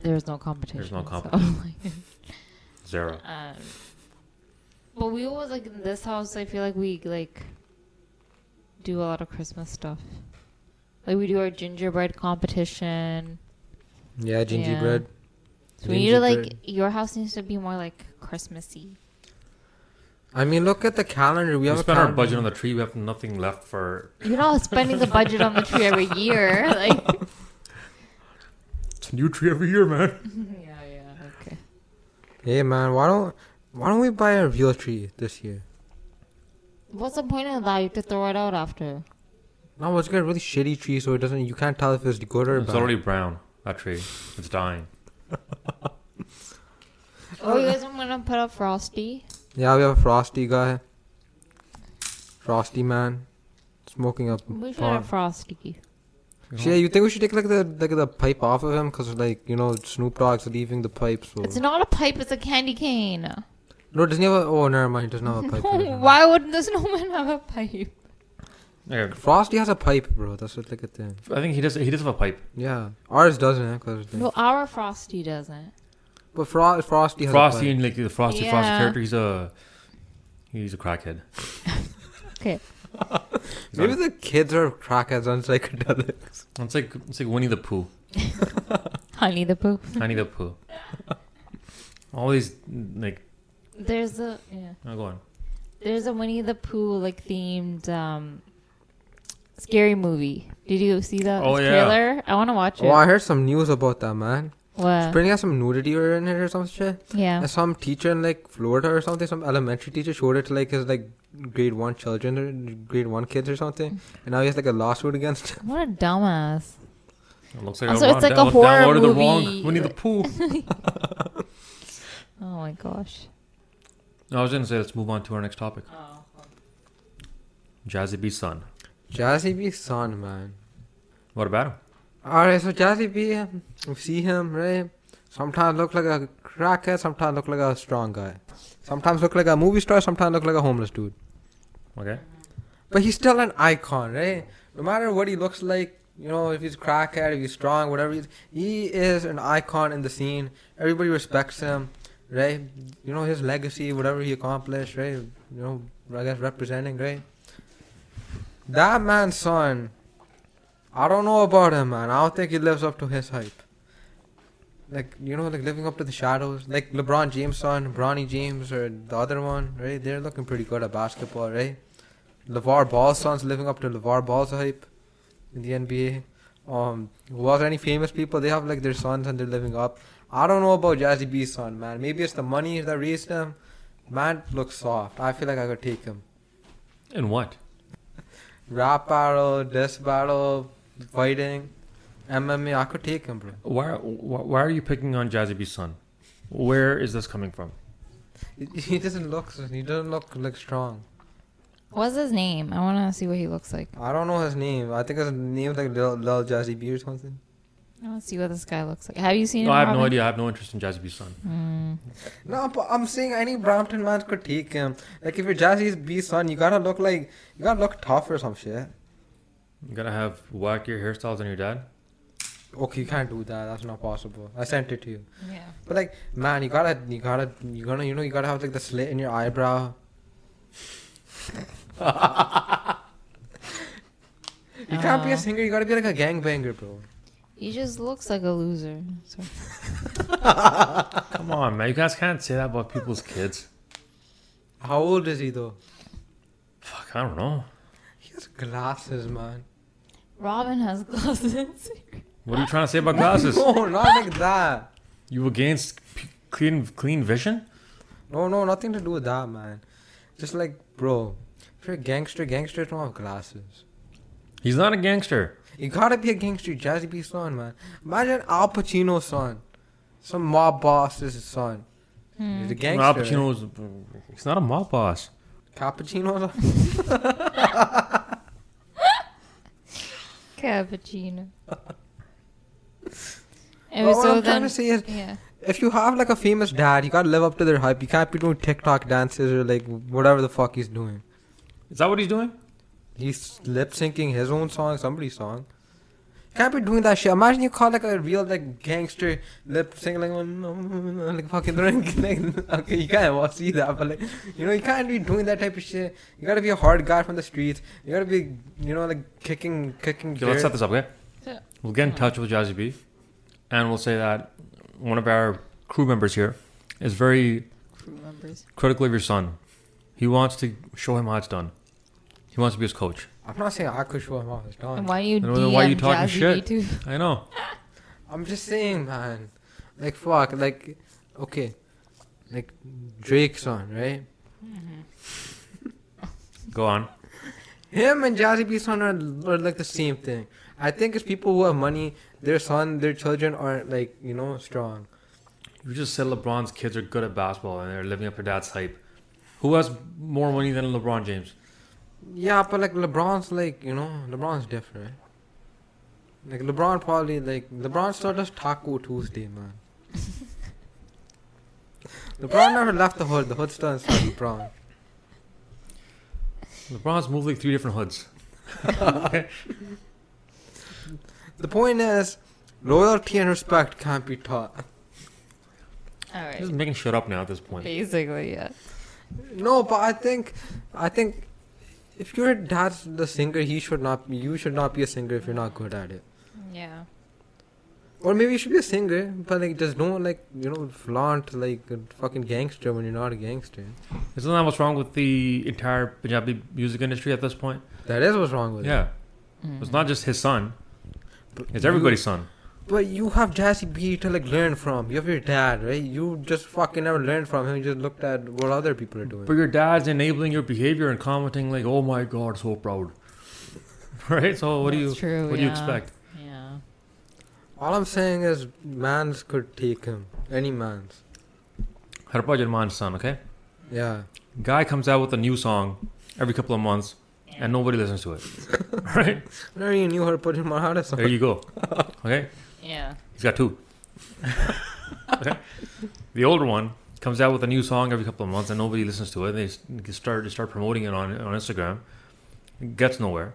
There was no competition. no so- Zero. um, but we always like in this house. I feel like we like do a lot of Christmas stuff. Like we do our gingerbread competition. Yeah, gingerbread. So we need to like Gingerbread. your house needs to be more like Christmassy. I mean, look at the calendar. We We, have a spent our calendar. budget on the tree. We have nothing left for. You're not spending the budget on the tree every year. Like It's a new tree every year, man. yeah, yeah, okay. Hey man, why don't why don't we buy a real tree this year? What's the point of that? You have to throw it out after. No, let's get a really shitty tree so it doesn't. You can't tell if it's good or It's bad. already brown. That tree. It's dying. Oh, you guys are gonna put up Frosty. Yeah, we have a frosty guy. Frosty man, smoking a We should bomb. have Frosty. Yeah, you think we should take like the like the pipe off of him? Cause like you know Snoop Dogg's leaving the pipe. So It's not a pipe. It's a candy cane. no, doesn't he have a? Oh, never mind. He doesn't have a pipe. Oh, Why would the snowman have a pipe? Yeah, Frosty has a pipe, bro. That's what like a thing. I think he does. He does have a pipe. Yeah, ours doesn't. eh, Cause No, our Frosty doesn't. but Fro- Frosty has a Frosty pipe. and like the Frosty Frosty Yeah. character. He's a he's a crackhead. Okay. He's Maybe on- the kids are crackheads on psychedelics. it's like it's like Winnie the Pooh, Honey the Pooh. Tiny the Pooh. All these like There's a yeah. oh, go on. There's a Winnie the Pooh like themed um scary movie. Did you see that Oh, yeah. trailer? I want to watch it. Oh, I heard some news about that man. What? Spring has some nudity or in it or some shit. yeah. And some teacher in like Florida or something, some elementary teacher showed it to like his like grade one children or grade one kids or something. And now he has like a lawsuit against him. What a dumbass. It looks like Also, I it's like a down- horror downloaded the movie. wrong Winnie the Pooh. Oh my gosh. No, I was gonna say let's move on to our next topic. Jazzy B son. Jazzy B son, man. What about him? Alright, so Jazzy B, um, we see him, right? Sometimes look like a crackhead, sometimes look like a strong guy. Sometimes look like a movie star, sometimes look like a homeless dude. Okay. But he's still an icon, right? No matter what he looks like, you know, if he's crackhead, if he's strong, whatever he is, he is an icon in the scene. Everybody respects him, right? You know, his legacy, whatever he accomplished, right? You know, I guess representing, right? That man's son, I don't know about him, man. I don't think he lives up to his hype. Like, you know, like living up to the shadows. Like LeBron James' son, Bronny James, or the other one, right? They're looking pretty good at basketball, right? LeVar Ball's son's living up to LeVar Ball's hype in the NBA. Um, was there any famous people? They have like their sons and they're living up. I don't know about Jazzy B's son, man. Maybe it's the money that raised him. Man looks soft. I feel like I could take him. And what? Rap battle, disc battle, fighting, MMA. I could take him, bro. Why, why why are you picking on Jazzy B son? Where is this coming from? He- He doesn't look. He doesn't look like strong. What's his name? I want to see what he looks like. I don't know his name. I think his name's like Lil, Lil Jazzy B or something. I want to see what this guy looks like. Have you seen No, him? I have no Robin? Mm. idea. I have no interest in Jazzy B son. No, but I'm saying any Brampton man could take him. Like if you're Jazzy B's son, you gotta look like you gotta look tough or some shit. You gotta have wackier hairstyles than your dad. Okay, you can't do that. That's not possible. I sent it to you. Yeah. But like, man, you gotta, you gotta, you gonna, you know, you gotta have like the slit in your eyebrow. you can't be Uh. a singer. You gotta be like a gangbanger, bro. He just looks like a loser. So. Come on, man. You guys can't say that about people's kids. How old is he though? Fuck, I don't know. He has glasses, man. Robin has glasses. What are you trying to say about glasses? No, not like that. You against p- clean clean vision? No, no, nothing to do with that, man. Just like, bro, if you're a gangster, gangsters don't have glasses. He's not a gangster. You gotta be a gangster, Jazzy B's son, man. Imagine Al Pacino's son. Some mob boss's son. He's a gangster. Al Pacino's. He's not a mob boss. Cappuccino's Cappuccino. But anyway, what so I'm trying then, to say is, yeah. if you have like a famous dad, you gotta live up to their hype. You can't be doing TikTok dances or like whatever the fuck he's doing. Is that what he's doing? He's lip syncing his own song, somebody's song. You can't be doing that shit. Imagine you call like a real like gangster lip sync like, like fucking like, okay, you can't well, see that, but like you know you can't be doing that type of shit. You gotta be a hard guy from the streets. You gotta be you know like kicking kicking. Okay, let's dirt. set this up, okay? Yeah. We'll get in touch with Jazzy B, and we'll say that one of our crew members here is very Crew members. critical of your son. He wants to show him how it's done. He wants to be his coach. I'm not saying Akush was wrong. It's done. And why do you Then DM why are you talking Jazzy shit? B too? I know. I'm just saying, man. Like, fuck. Like, okay. Like, Drake's on, right? Go on. Him and Jazzy B's son are, are like the same thing. I think it's people who have money, their son, their children aren't like, you know, strong. You just said LeBron's kids are good at basketball and they're living up to dad's hype. Who has more money than LeBron James? Yeah, but like, LeBron's like, you know, LeBron's different. Like, LeBron probably, like, LeBron still does Taco Tuesday, man. LeBron never left the hood. The hood still inside LeBron. LeBron's moved like three different hoods. The point is, loyalty and respect can't be taught. All right. He's making shit up now at this point. Basically, yeah. No, but I think, I think, if your dad's the singer, he should not. You should not be a singer if you're not good at it. Yeah. Or maybe you should be a singer, but like just don't like you know flaunt like a fucking gangster when you're not a gangster. Isn't that what's wrong with the entire Punjabi music industry at this point? That is what's wrong with it. Yeah. Mm. It's not just his son, But it's you- everybody's son. But you have Jazzy B to like learn from. You have your dad, right? You just fucking never learned from him. You just looked at what other people are doing. But your dad's enabling your behavior and commenting like, "Oh my God, so proud." Right? So what do you That's true, what do you yeah. expect? Yeah. All I'm saying is, man's could take him. Any man's. Harpa Jarman's son, okay? Yeah. Guy comes out with a new song every couple of months, and nobody listens to it. right? I never even knew her put in my heart There or something. you go. Okay? Yeah. He's got two. the older one comes out with a new song every couple of months, and nobody listens to it. They s- they start they start promoting it on on Instagram. It gets nowhere.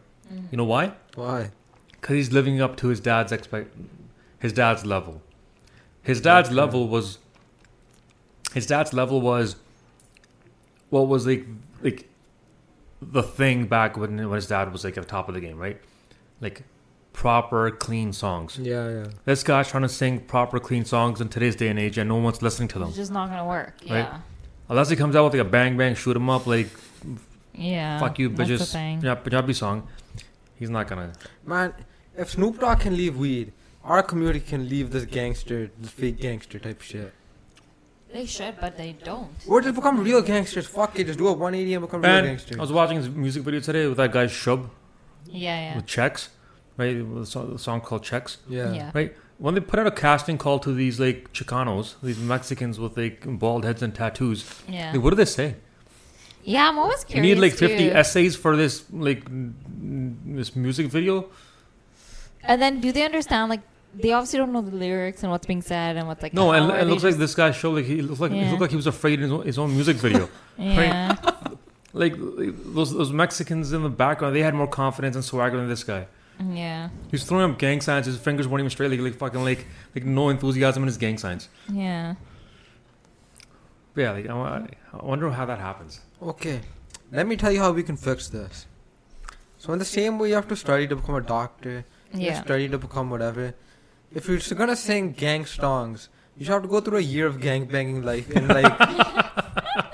You know why? Why? Because he's living up to his dad's expect his dad's level. His dad's level was his dad's level was what was like like the thing back when when his dad was like at the top of the game, right? Like proper clean songs. Yeah, yeah. This guy's trying to sing proper, clean songs in today's day and age, and no one's listening to them. It's just not gonna work. Yeah. Unless he comes out with like a bang bang, shoot 'em up, like Yeah. fuck you, That's the bitches, thing. yeah, Punjabi song. He's not gonna. Man, if Snoop Dogg can leave weed, our community can leave this gangster, this fake gangster type shit. They should, but they don't. Or just become real gangsters. Fuck it, just do a 180 and become real And gangsters. I was watching his music video today with that guy Shub Yeah. with Checks, right? With a song- a song called Checks. Yeah. yeah. Yeah. Right when they put out a casting call to these like Chicanos, these Mexicans with like bald heads and tattoos, Yeah. like, what do they say? Yeah. I'm always You curious. need like too. fifty essays for this like n- n- this music video. And then, do they understand? Like, they obviously don't know the lyrics and what's being said and what's like. No, how and are it they looks like this guy showed like he looked like he Yeah. looked like he was afraid in his own, his own music video. just- Yeah. like those those Mexicans in the background, they had more confidence and swagger than this guy. yeah. He was throwing up gang signs. His fingers weren't even straight. Like, like fucking like like no enthusiasm in his gang signs. Yeah. But yeah, like, I, wa- I wonder how that happens. Okay, let me tell you how we can fix this. So, in the same way you have to study to become a doctor, you have Yeah. to study to become whatever, if you're just gonna sing gang songs, you should have to go through a year of gang banging life and like.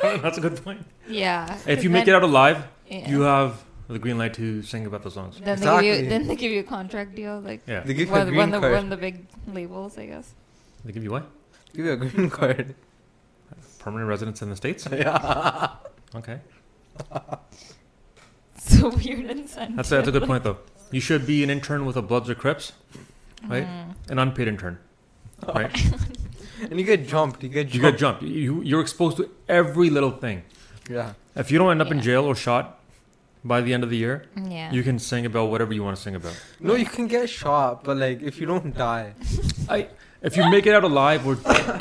That's a good point. Yeah. If you make it out alive, yeah. you have the green light to sing about the songs. then they give Exactly. you then they give you a contract deal like Yeah, They give you a when, when green the card. when the big labels, I guess. they give you what? Give you a green card. Permanent residence in the states. yeah. Okay, So weird incentive. that's a, that's a good point though. You should be an intern with a Bloods or Crips, right? Mm-hmm. An unpaid intern, Oh, right? And you get jumped. You get You jumped. get jumped. You, you're exposed to every little thing. yeah. If you don't end up in Yeah. jail or shot by the end of the year, Yeah. you can sing about whatever you want to sing about. No, you can get shot, but like if you don't die, I If you make it out alive or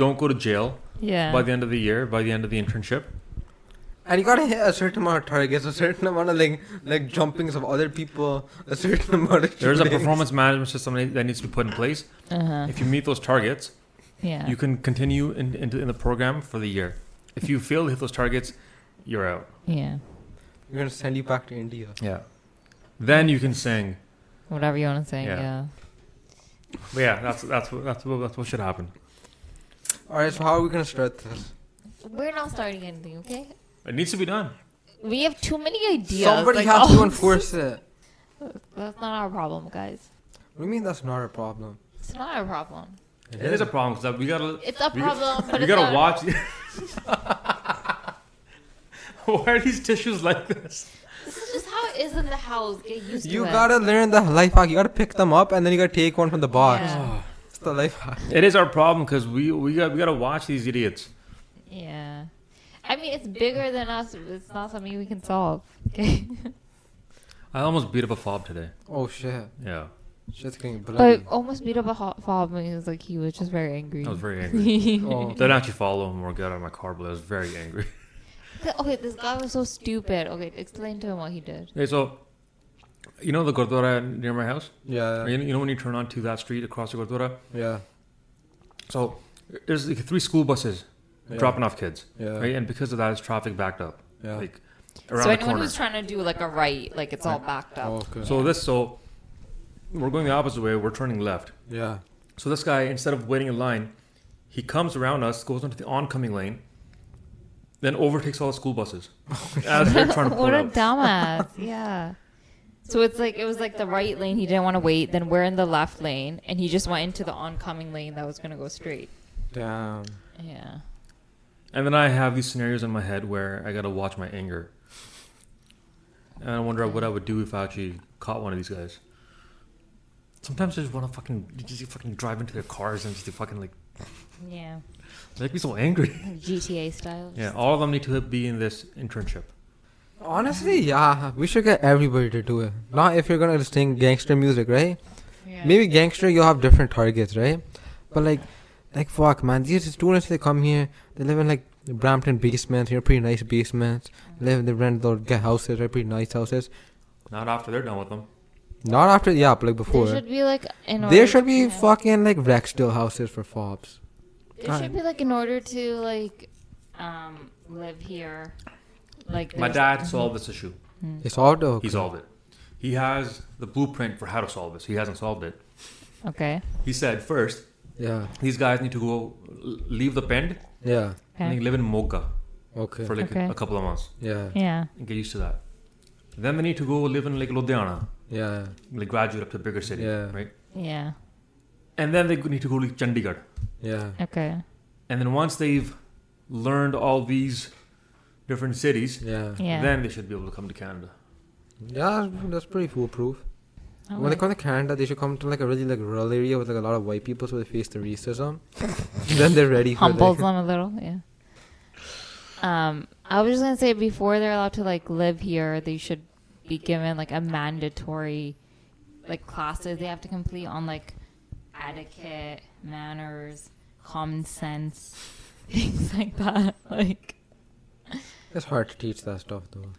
don't go to jail Yeah. by the end of the year, by the end of the internship, And you gotta hit a certain amount of targets, a certain amount of like like jumpings of other people, a certain amount of. there's a shootings. performance management system that needs to be put in place. uh-huh. If you meet those targets, Yeah. you can continue in, in, in the program for the year. If you fail to hit those targets, you're out. yeah. We're gonna send you back to India. Yeah. Then you can sing. Whatever you want to say. Yeah. Yeah. But yeah, that's that's what that's what, that's what should happen. All right, so how are we gonna start this? We're not starting anything, okay? It needs to be done. We have too many ideas. Somebody like, has oh, to enforce it. That's not our problem, guys. What do you mean that's not a problem? It's not our problem. it is a problem because we gotta It's a We- problem, but we it's gotta not- watch. Why are these tissues like this? This is just how it is in the house. Get used to You it. gotta learn the life hack. You gotta pick them up and then you gotta take one from the box. Yeah. It's the life hack. It is our problem because we we got we gotta watch these idiots. Yeah. I mean, it's bigger than us. It's not something we can solve. Okay. I almost beat up a fob today. Oh shit, Yeah, shit's getting bloody. But almost beat up a hot fob and he was like, he was just very angry. I was very angry. oh. Didn't actually follow him or get out of my car, but I was very angry. okay, this guy was so stupid. Okay, explain to him what he did. Okay, so you know the gurdwara near my house. Yeah, Uh, You know, you know when you turn onto that street across the gurdwara. yeah, So there's like three school buses Yeah. dropping off kids, Yeah. right? And because of that, it's traffic backed up, yeah. like around so the anyone corner. who's trying to do like a right, like it's all backed up. Oh, okay. so this, so we're going the opposite way. We're turning left. yeah, So this guy, instead of waiting in line, he comes around us, goes into the oncoming lane, then overtakes all the school buses as they're trying to pull what a out. dumbass. yeah. So it's like it was like the right lane. He didn't want to wait. Then we're in the left lane, and he just went into the oncoming lane that was gonna go straight. damn. Yeah. and then I have these scenarios in my head where I got to watch my anger, and I wonder what I would do if I actually caught one of these guys. Sometimes I just want to fucking just fucking drive into their cars and just fucking like Yeah. make me so angry. GTA style. Yeah, all of them need to be in this internship. Honestly, yeah, we should get everybody to do it. Not if you're gonna sing gangster music, right? Maybe gangster, you'll have different targets, right? But like, like fuck, man, these students they come here, they live in like Brampton basements, you know, pretty nice basements. Live, they rent those get houses, right? Pretty nice houses. Not after they're done with them. Not after, yeah, but like There before. should be like in order There should be yeah. fucking like Rexdale houses for fobs. There should be like in order to like um live here. Like My there's- dad solved this issue. Mm-hmm. It's all though. He solved it. He has the blueprint for how to solve this. He hasn't solved it. Okay. He said first, Yeah, these guys need to go leave the bend yeah, and Okay. they live in Mocha okay, for like Okay. a, couple of months yeah, Yeah. and get used to that. Then they need to go live in like Ludhiana, yeah, like graduate up to a bigger city, Yeah. right? Yeah. And then they need to go to Chandigarh. yeah, Okay. And then once they've learned all these different cities, yeah. Yeah. then they should be able to come to Canada. Yeah, that's pretty foolproof. Oh, When they wait. come to Canada, they should come to like a really like rural area with like a lot of white people, so they face the racism. then they're ready for humbles like, them a little. Yeah. Um, I was just gonna say before they're allowed to like live here, they should be given like a mandatory like classes they have to complete on like etiquette, manners, common sense, things like that. Like, It's hard to teach that stuff though.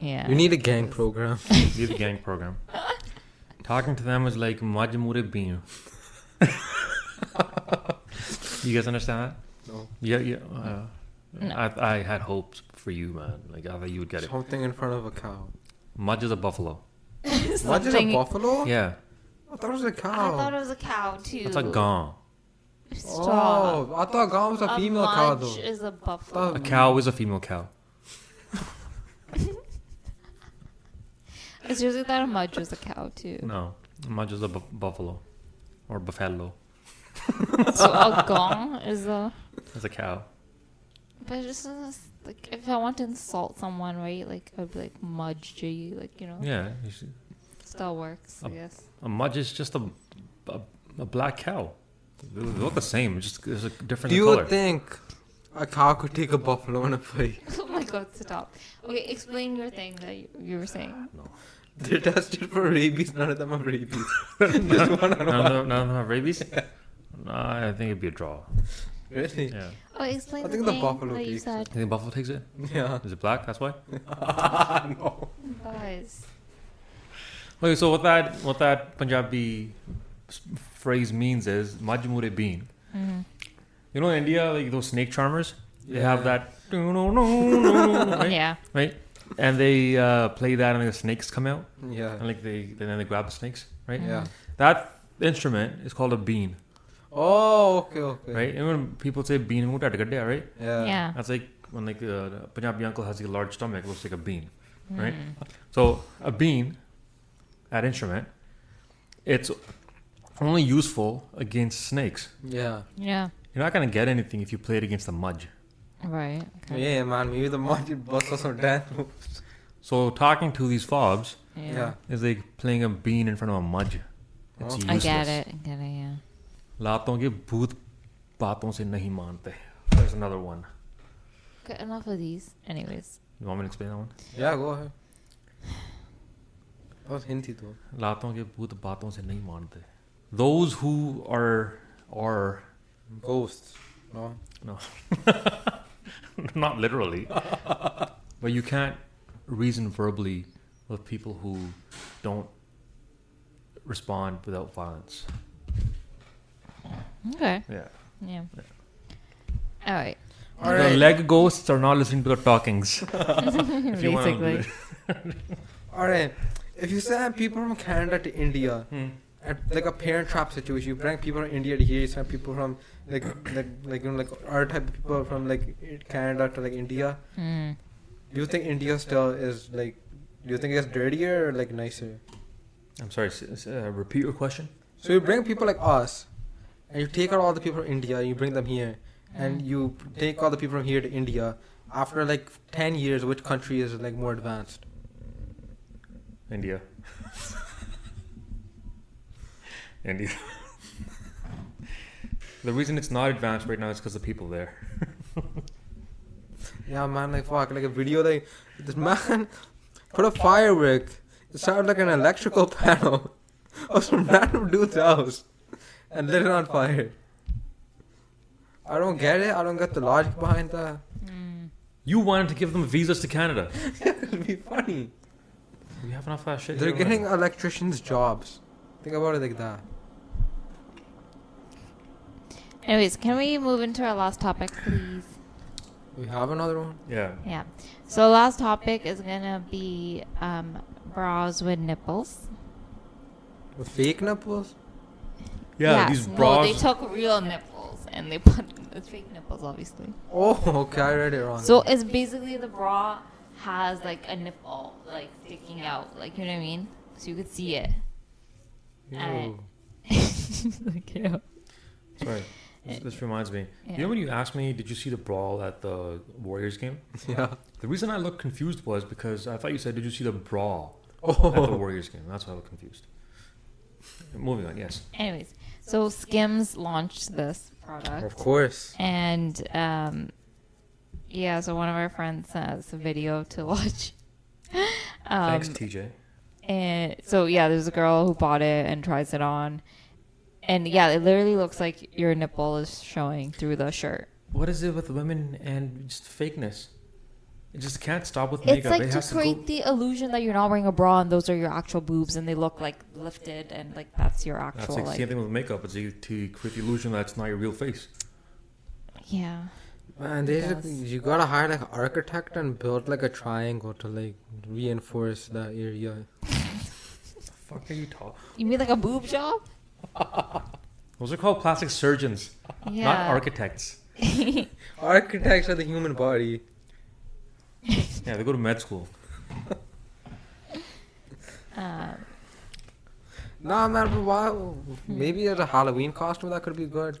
yeah. You need a gang program. Leave the gang program. Talking to them is like Majmure Bean. you guys understand that? No. Yeah, yeah. Uh, No. I, I had hopes for you, man. Like I thought you would get it. Something in front of a cow. Mudge is a buffalo. What is a Something- Oh. buffalo? Yeah, I thought it was a I cow. thought it was a cow too. that's a gong. Stop. oh, I thought cow was a, female cow mudge though. Oh. is a buffalo. A cow is a female cow. I seriously thought a mudge was a cow too. No, mudge is a bu- buffalo, or buffalo. so a gong is a. It's a cow. But it's just uh, like if I want to insult someone, right? Like I'd be like mudge you, like you know, Yeah, you see. still works, I Oh. Um, guess. a mudge is just a a, a black cow. They look the same. It's just there's a difference Do in you color. think a cow could take a buffalo in a fight? oh my god, stop! Okay, explain your thing that you, you were saying. They're tested for rabies. None of them have rabies. Just one None on one. of them, none of them have rabies. I think it'd be a draw. Really? Yeah. Oh, explain I the think the thing buffalo that you takes it. said. You think Buffalo takes it? Yeah. Ah, Is it black? That's why. no. Guys. Okay, so what that what that Punjabi s- phrase means is Majmure Bean. Mm-hmm. You know, in India, like those snake charmers, they have Yeah. that. right? Yeah. right? And they uh, play that, and the snakes come out, Yeah. and like they then they grab the snakes, right? Yeah. That instrument is called a bean, Oh, okay, okay. right? And when people say bean, "Moota gadya," right? Yeah. yeah. That's like when like uh, the Punjabi uncle has a large stomach, looks like a bean, right? Mm. So a bean, that instrument, it's only useful against snakes. Yeah. Yeah. You're not gonna get anything if you play it against the mudge. Right. Yeah, Okay. man. Maybe the market bust us some dance moves. So talking to these fobs Yeah. Yeah. is like playing a bean in front of a mudge. It's Okay. I useless. get it. I get it. Yeah. लातों के भूत बातों से नहीं मानते. There's another one. Okay, enough of these. Anyways. You want me to explain that one? Yeah, go ahead. That was Hindi though. लातों के भूत बातों से नहीं मानते. Those who are are Ghosts. No. No. Not literally. but you can't reason verbally with people who don't respond without violence. Okay. Yeah. Yeah. All right. All The right. leg ghosts are not listening to the talkings. If you wanna- Basically. All right. If you send people from Canada to India, Hmm. at, like a parent trap situation, you bring people from India to here, you send people from like like like you know like our type of people from like Canada to like India. Mm. Do you think India still is like? Do you think it's dirtier or like nicer? I'm sorry, s- s- uh, repeat your question. So you bring people like us, and you take out all the people from India, you bring them here, and you take all the people from here to India. After like ten years, which country is like more advanced? India. India. the reason it's not advanced right now is because the people there. Yeah, man, like fuck, like a video like this man put a firework. It sounded like an electrical panel of some random dude's house and lit it on fire. I don't get it. I don't get the logic behind that. Mm. You wanted to give them visas to Canada. It'd be funny. We have enough of that shit. They're here already. getting electricians jobs. Think about it like that. Anyways, can we move into our last topic, please? We have another one. Yeah. Yeah. So last topic is gonna be um, bras with nipples. With fake nipples? Yeah, these Well, bras. they took real nipples and they put the fake nipples, obviously. Oh, okay, I read it wrong. So it's basically the bra has like a nipple like sticking out, like you know what I mean, so you could see it. Ew. like, yeah. Sorry, this, this reminds me. You Yeah. know when you asked me, did you see the brawl at the Warriors game? yeah. The reason I looked confused was because I thought you said, did you see the brawl at the Oh, Warriors game? That's why I looked confused. Moving on. Yes. Anyways, so Skims launched this of product, course. and um, yeah, so one of our friends sent us a video to watch. Um, Thanks, TJ. And so yeah, there's a girl who bought it and tries it on. And yeah, it literally looks like your nipple is showing through the shirt. What is it with women and just fakeness? It just can't stop with It's makeup. like they to have to create go. the illusion that you're not wearing a bra and those are your actual boobs and they look like lifted and like that's your That's actual like, like, the same thing with makeup. It's to to create the illusion that it's not your real face. yeah. Man, they Yes. just, you gotta hire like an architect and build like a triangle to like reinforce that area. The fuck are you talking? You mean like a boob job? Those are called plastic surgeons, Yeah. not architects. Architects are the human body. Yeah, they go to med school. um, Nah, man, but why? Maybe as a Halloween costume that could be good.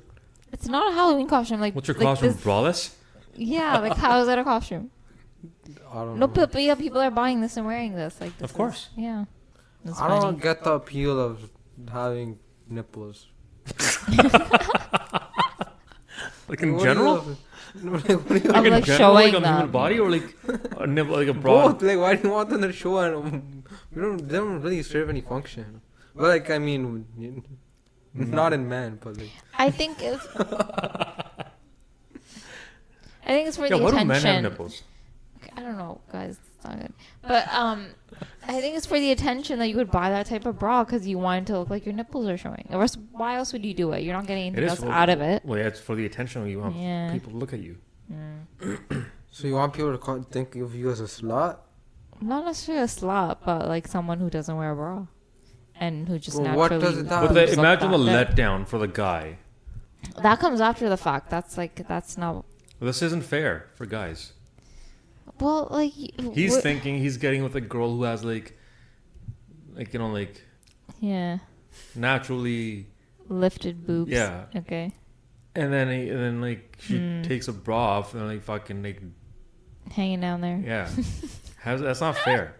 it's not a Halloween costume. Like What's your like costume? this- Braless? yeah, like how is that a costume? I don't No, know. but, but yeah, people are buying this and wearing this. Like this Of is- course. yeah. That's I don't funny. get the appeal of having nipples. Like in What do you general? love- what do you- I'm, in like, general, showing like on the human them. body or like a nipple, like a broad. Both, like, why do you want them to show? And um, we don't, they don't really serve any function. But like, I mean, Not in man, but like, I think it's. I think it's for yeah, the why do attention. men have nipples? I don't know, guys. It's not good. But um, I think it's for the attention that you would buy that type of bra because you want it to look like your nipples are showing. Or else, why else would you do it? You're not getting anything else for- out of it. Well, yeah, it's for the attention you want Yeah. people to look at you. so you want people to call, think of you as a slut? Not necessarily a slut, but like someone who doesn't wear a bra and who just Well, what naturally. does it have- But Um, the, looks like imagine the that. letdown for the guy. That- That comes after the fact. That's like that's not. This isn't fair for guys. Well, like He's wh- thinking he's getting with a girl who has like, like you know, like yeah, naturally, lifted boobs. Yeah. Okay. and then he, and then like she Hmm. takes a bra off and like fucking like Hanging down there. yeah, How's, that's not fair.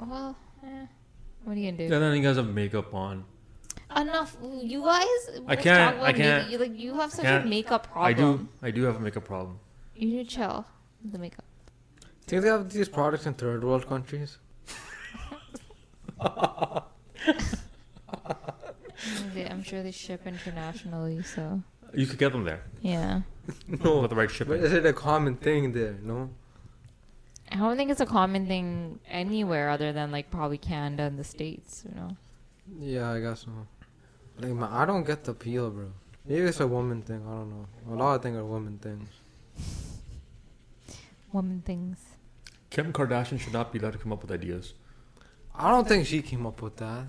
Well, eh, what are you gonna do? And then he guys have makeup on. Enough, you guys. I let's can't- talk about I can't- makeup. You like you have such can't- a makeup I do, problem. I do have a makeup problem. You need to chill. with The makeup. Think they have these products in third world countries? They- I'm sure they ship internationally, so You could get them there yeah. no. with the right shipping. But is it a common thing there? No. I don't think it's a common thing anywhere other than like probably Canada and the states. You know. Yeah, I guess so. Like, man, I don't get the appeal, bro. Maybe it's a woman thing. I don't know. A lot of things are woman things. Woman things. Kim Kardashian should not be allowed to come up with ideas. I don't think she came up with that.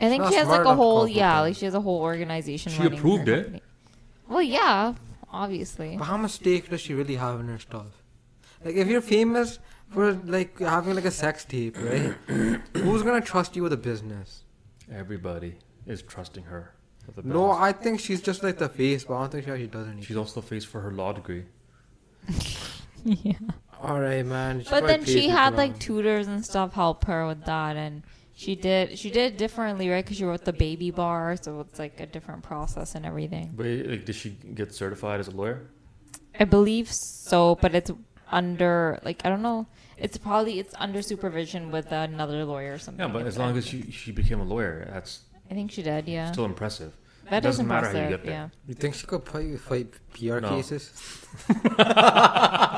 I think not she has like smart a enough to whole come up yeah, with like that. she has a whole organization. She running her approved it. company. Well, yeah, obviously. But how much stake does she really have in her stuff? Like, if you're famous for like having like a sex tape, right? Who's gonna trust you with a business? Everybody is trusting her. with the No, business. I think she's just like the face, but I don't think she actually does anything. She's also faced for her law degree. yeah. All right, man. She But probably then pays she people had like out. tutors and stuff help her with that, and she did she did it differently, right? Because she wrote the baby bar, so it's like a different process and everything. But like, did she get certified as a lawyer? I believe so, but it's under like I don't know. It's probably it's under supervision with another lawyer or something. Yeah, but if as that- long as she she became a lawyer, that's I think she did, yeah. still impressive. That it doesn't is matter how you impressive, get there. Yeah. You think she could fight, fight PR No. cases?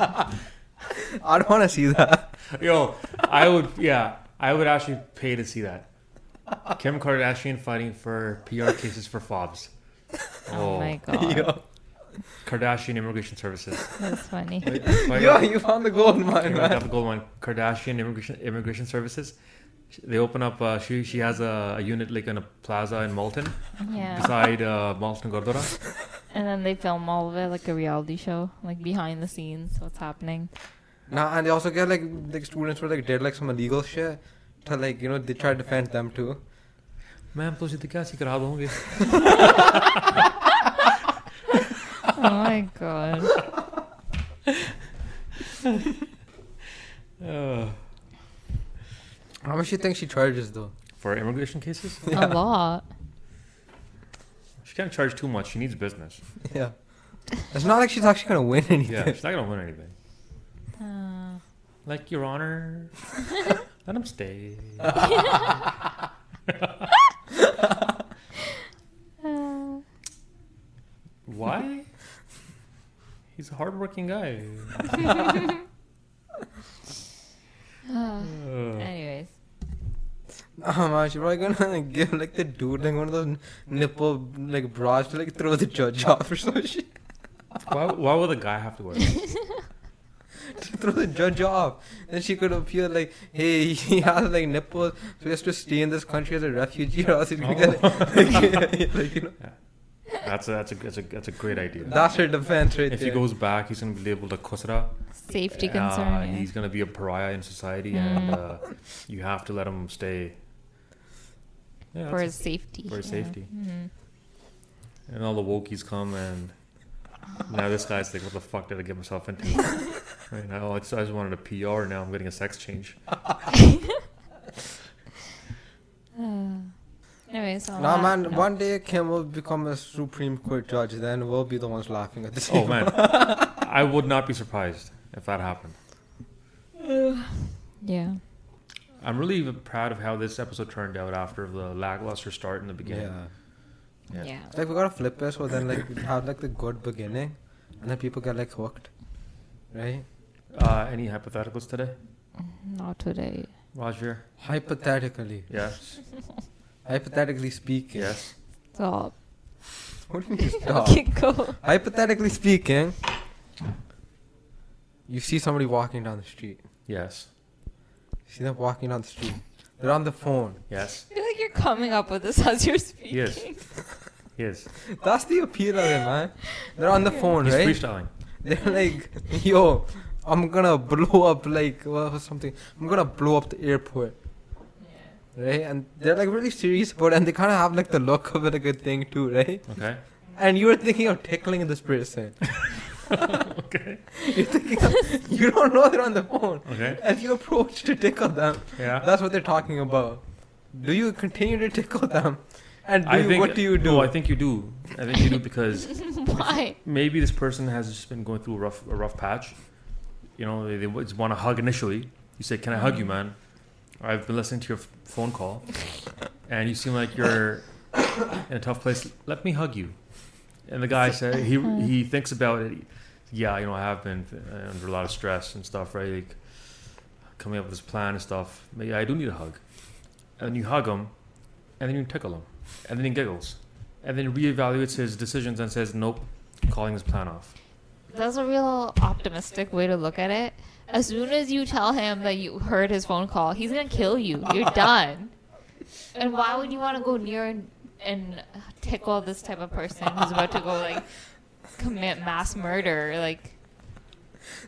I don't want to see that. Yo, I would yeah, I would actually pay to see that. Kim Kardashian fighting for PR cases for fobs. Oh, my god, Kardashian Immigration Services. that's funny. Fight- Yo, you found the gold mine, Anyone got man. the gold one? Kardashian immigration immigration services. Sh- They open up. Uh, she she has a, a unit like in a plaza in Malton Yeah, beside uh, Malton Gordora. and then they film all of it like a reality show, like behind the scenes, what's happening. Nah, and they also get like like students were like did like some illegal shit to like you know they try to defend them too. Ma'am तुसी तो क्या सिखा रहा होंगे Oh my god. Uh, How much you think she charges though? for immigration cases? A lot. She can't charge too much. She needs business. Yeah, it's not like she's actually gonna win anything. Yeah, she's not gonna win anything. Uh, Like Your Honor, let him stay. uh, Why? He's a hardworking guy. Uh, anyways, Nah, man, she's probably gonna give like the dude like one of those nipple like bras to like throw the judge off or some shit. why, why would a guy have to wear it? to throw the judge off. Then she could appear like, hey, he has like nipples, so he has to stay in this country as a refugee or else he's gonna Oh. get like, like, you know, That's a, that's a that's a that's a great idea. that's her defense right if there. he goes back, he's gonna be labeled a khusra. safety concern. Uh, yeah. Mm. he's gonna be a pariah in society, and uh, you have to let him stay. Yeah, for that's- his safety. for his yeah. Mm-hmm. safety. And all the wokies come, and now this guy's like, "What the fuck did I get myself into?" right now, I just, I just wanted a PR. and Now I'm getting a sex change. Anyway, so Nah, on that man, note- one day Kim will become a Supreme Court judge, then we'll be the ones laughing at this. Oh man, I would not be surprised if that happened. yeah. I'm really even proud of how this episode turned out after the lackluster start in the beginning. Yeah. Yeah. It's like we gotta flip it so then like we have like the good beginning and then people get like hooked. Right? Uh, any hypotheticals today, Not today. Roger? Hypothetically. Yes. Hypothetically speaking. Yes. Stop. What do you mean stop? Okay, go. Hypothetically speaking, you see somebody walking down the street. Yes. You see them walking down the street. They're on the phone. Yes. I feel like you're coming up with this as you're speaking. Yes. Yes. That's the appeal of it, man. They're on the phone, He's right? freestyling. They're like, yo, I'm gonna blow up like well, something. I'm gonna blow up the airport. Right? And they're like really serious about it and they kinda have like the look of it like a thing too, right? Okay. And you were thinking of tickling this person. okay. You're thinking of, you don't know they're on the phone. Okay. As you approach to tickle them, Yeah. that's what they're talking about. Do you continue to tickle them? And do I you, think, what do you do? No, I think you do. I think you do because Why? maybe this person has just been going through a rough, a rough patch. You know, they, they just want to hug initially. You say, "Can I hug you, man?" I've been listening to your f- phone call, and you seem like you're in a tough place. Let me hug you. And the guy said he he thinks about it. Yeah, you know, I have been uh, under a lot of stress and stuff, right? Like coming up with this plan and stuff. Maybe I do need a hug. And you hug him, and then you tickle him, and then he giggles, and then he reevaluates his decisions and says, "Nope, calling his plan off. That's a real optimistic way to look at it. As soon as you tell him that you heard his phone call, he's gonna kill you. You're done. And why would you want to go near and, and tickle this type of person who's about to go like commit mass murder? Like,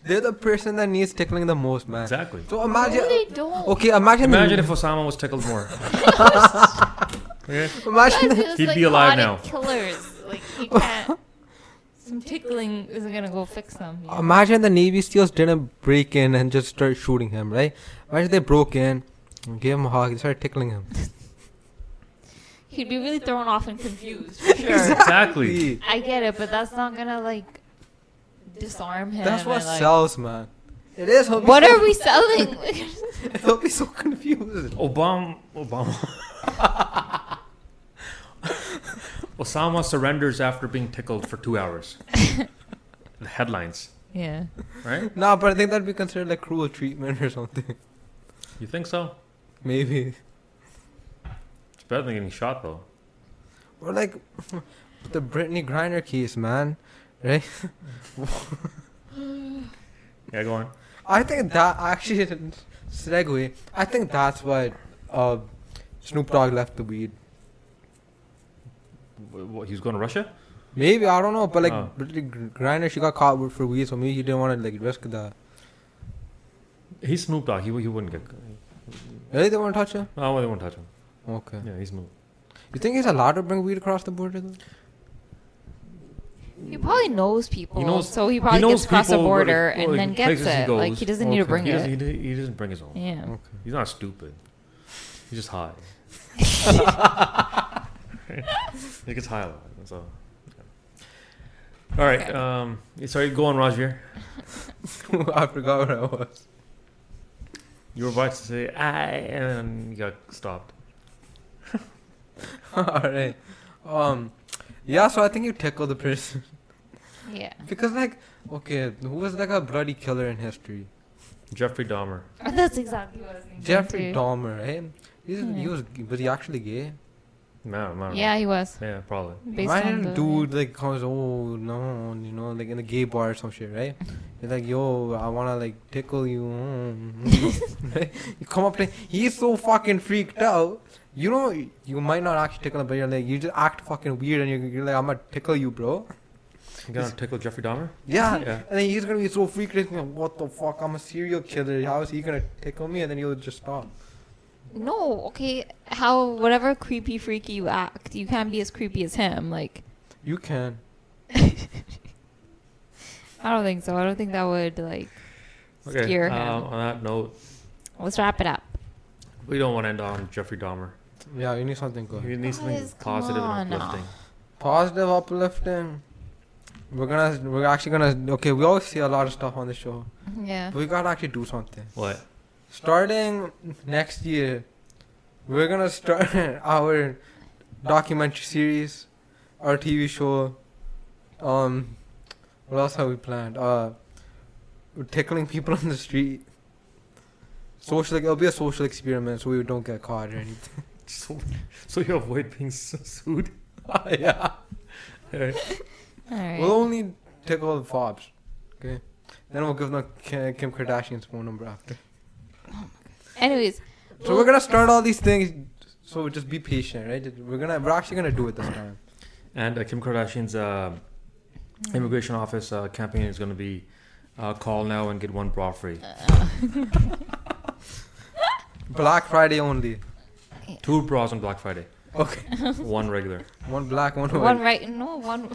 They're the person that needs tickling the most, man. Exactly. So no, imagine. they don't. Okay, imagine. Imagine if Osama was tickled more. okay. Imagine. Guys, it's He'd like be alive now. neurotic Killers, like you can't. Some tickling isn't gonna go fix them. you know? Imagine the Navy SEALs didn't break in and just start shooting him, right? Imagine they broke in, gave him a hug, and started tickling him. He'd be really thrown off and confused. For sure. Exactly. I get it, but that's not gonna like disarm him. That's what and, like- sells, man. It is. he'll be What so- are we selling? He'll be so confused. Obama. Obama. Osama surrenders after being tickled for two hours. the headlines, yeah. right? Nah, but I think that'd be considered like cruel treatment or something. You think so? Maybe. It's better than getting shot, though. Or like the Brittany Griner case, man. Right? Yeah, go on. I think that actually segue. I think that's why uh, Snoop Dogg left the weed. Wh- wh- He was going to Russia? Maybe I don't know, but like Oh. Brittany Griner, she got caught with- for weed, so maybe he didn't want to like risk that. He's Snoop Dogg. He, he wouldn't get. Really, they want to touch him? No, they won't touch him. Okay. Yeah, he's Snoop. You think he's allowed to bring weed across the border? Though? He probably knows people, He knows- so he probably knows gets across the people where- border well, and then gets places he it. like goes. he doesn't need to Okay. bring He doesn't, it. he doesn't- he doesn't bring his own. Yeah. Okay. He's not stupid. He's just high. he gets high a lot. That's all. All right. Um, sorry, go on, Rajvir. I forgot where I was. You were about to say "I," and then you got stopped. All right. Um. Yeah, so I think you tickle the person Yeah. because like, okay, who was like a bloody killer in history? Jeffrey Dahmer. That's exactly what I was thinking. Jeffrey too. Dahmer, right? He's, He Yeah. was was he actually gay? No, no, no. Yeah, he was. Yeah, probably. Based Why on didn't the- dude like comes? Oh no, you know, like in a gay bar or some shit, right? They're like, yo, I wanna like tickle you. mm, right? You come up to he's so fucking freaked out. You know, you might not actually tickle him, but you're like, you just act fucking weird, and you're, you're like, I'm gonna tickle you, bro. You gonna tickle Jeffrey Dahmer? Yeah. Yeah. And then he's gonna be so freaked out. he's gonna, What the fuck? I'm a serial killer. How is he gonna tickle me? And then he'll just stop. No, okay. How whatever creepy freaky you act, you can't be as creepy as him. Like You can. I don't think so. I don't think that would like Okay. scare him. um, on that note, Let's wrap it up. we don't want to end on Jeffrey Dahmer. Yeah, you need something good. We need something Guys, come positive and on. uplifting. positive uplifting we're gonna we're actually gonna okay we always see a lot of stuff on the show Yeah. but we gotta actually do something What? starting next year, we're gonna start our documentary series, our TV show. Um, what else have we planned? Uh, we're tickling people on the street. Social, it'll be a social experiment, so we don't get caught or anything. So, so you avoid being su- sued. yeah, All right. we'll only tickle the fobs. Okay, then we'll give them Ki- Kim Kardashian's phone number after. Anyways, So we're gonna start all these things. So just be patient, right? Just- We're gonna we're actually gonna do it this time. And uh, Kim Kardashian's uh, immigration office uh, campaign is going to be uh, call now and get one bra free. uh, Black Friday only. Two bras on Black Friday, Okay, one regular. one black, one white. one right, no one,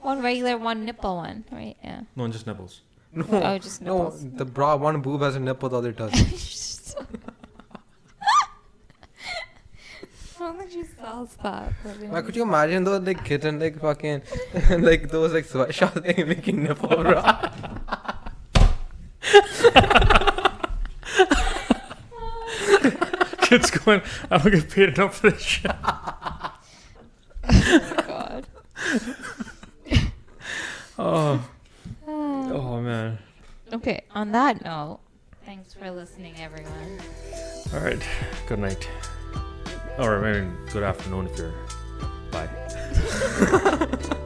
one regular, one nipple one, right? Yeah. No, just nipples. No, Oh, just no. nipples. The bra, one boob has a nipple, the other doesn't. Why don't you sells that? Why could you imagine those like kitten like fucking like those like sweatshop thing making nipple bra? Kids going, I don't get paid enough for this shit. Oh my god. Oh, oh man. Okay. On that note, thanks for listening, everyone. All right. Good night. Or I mean, good afternoon if you're. Bye.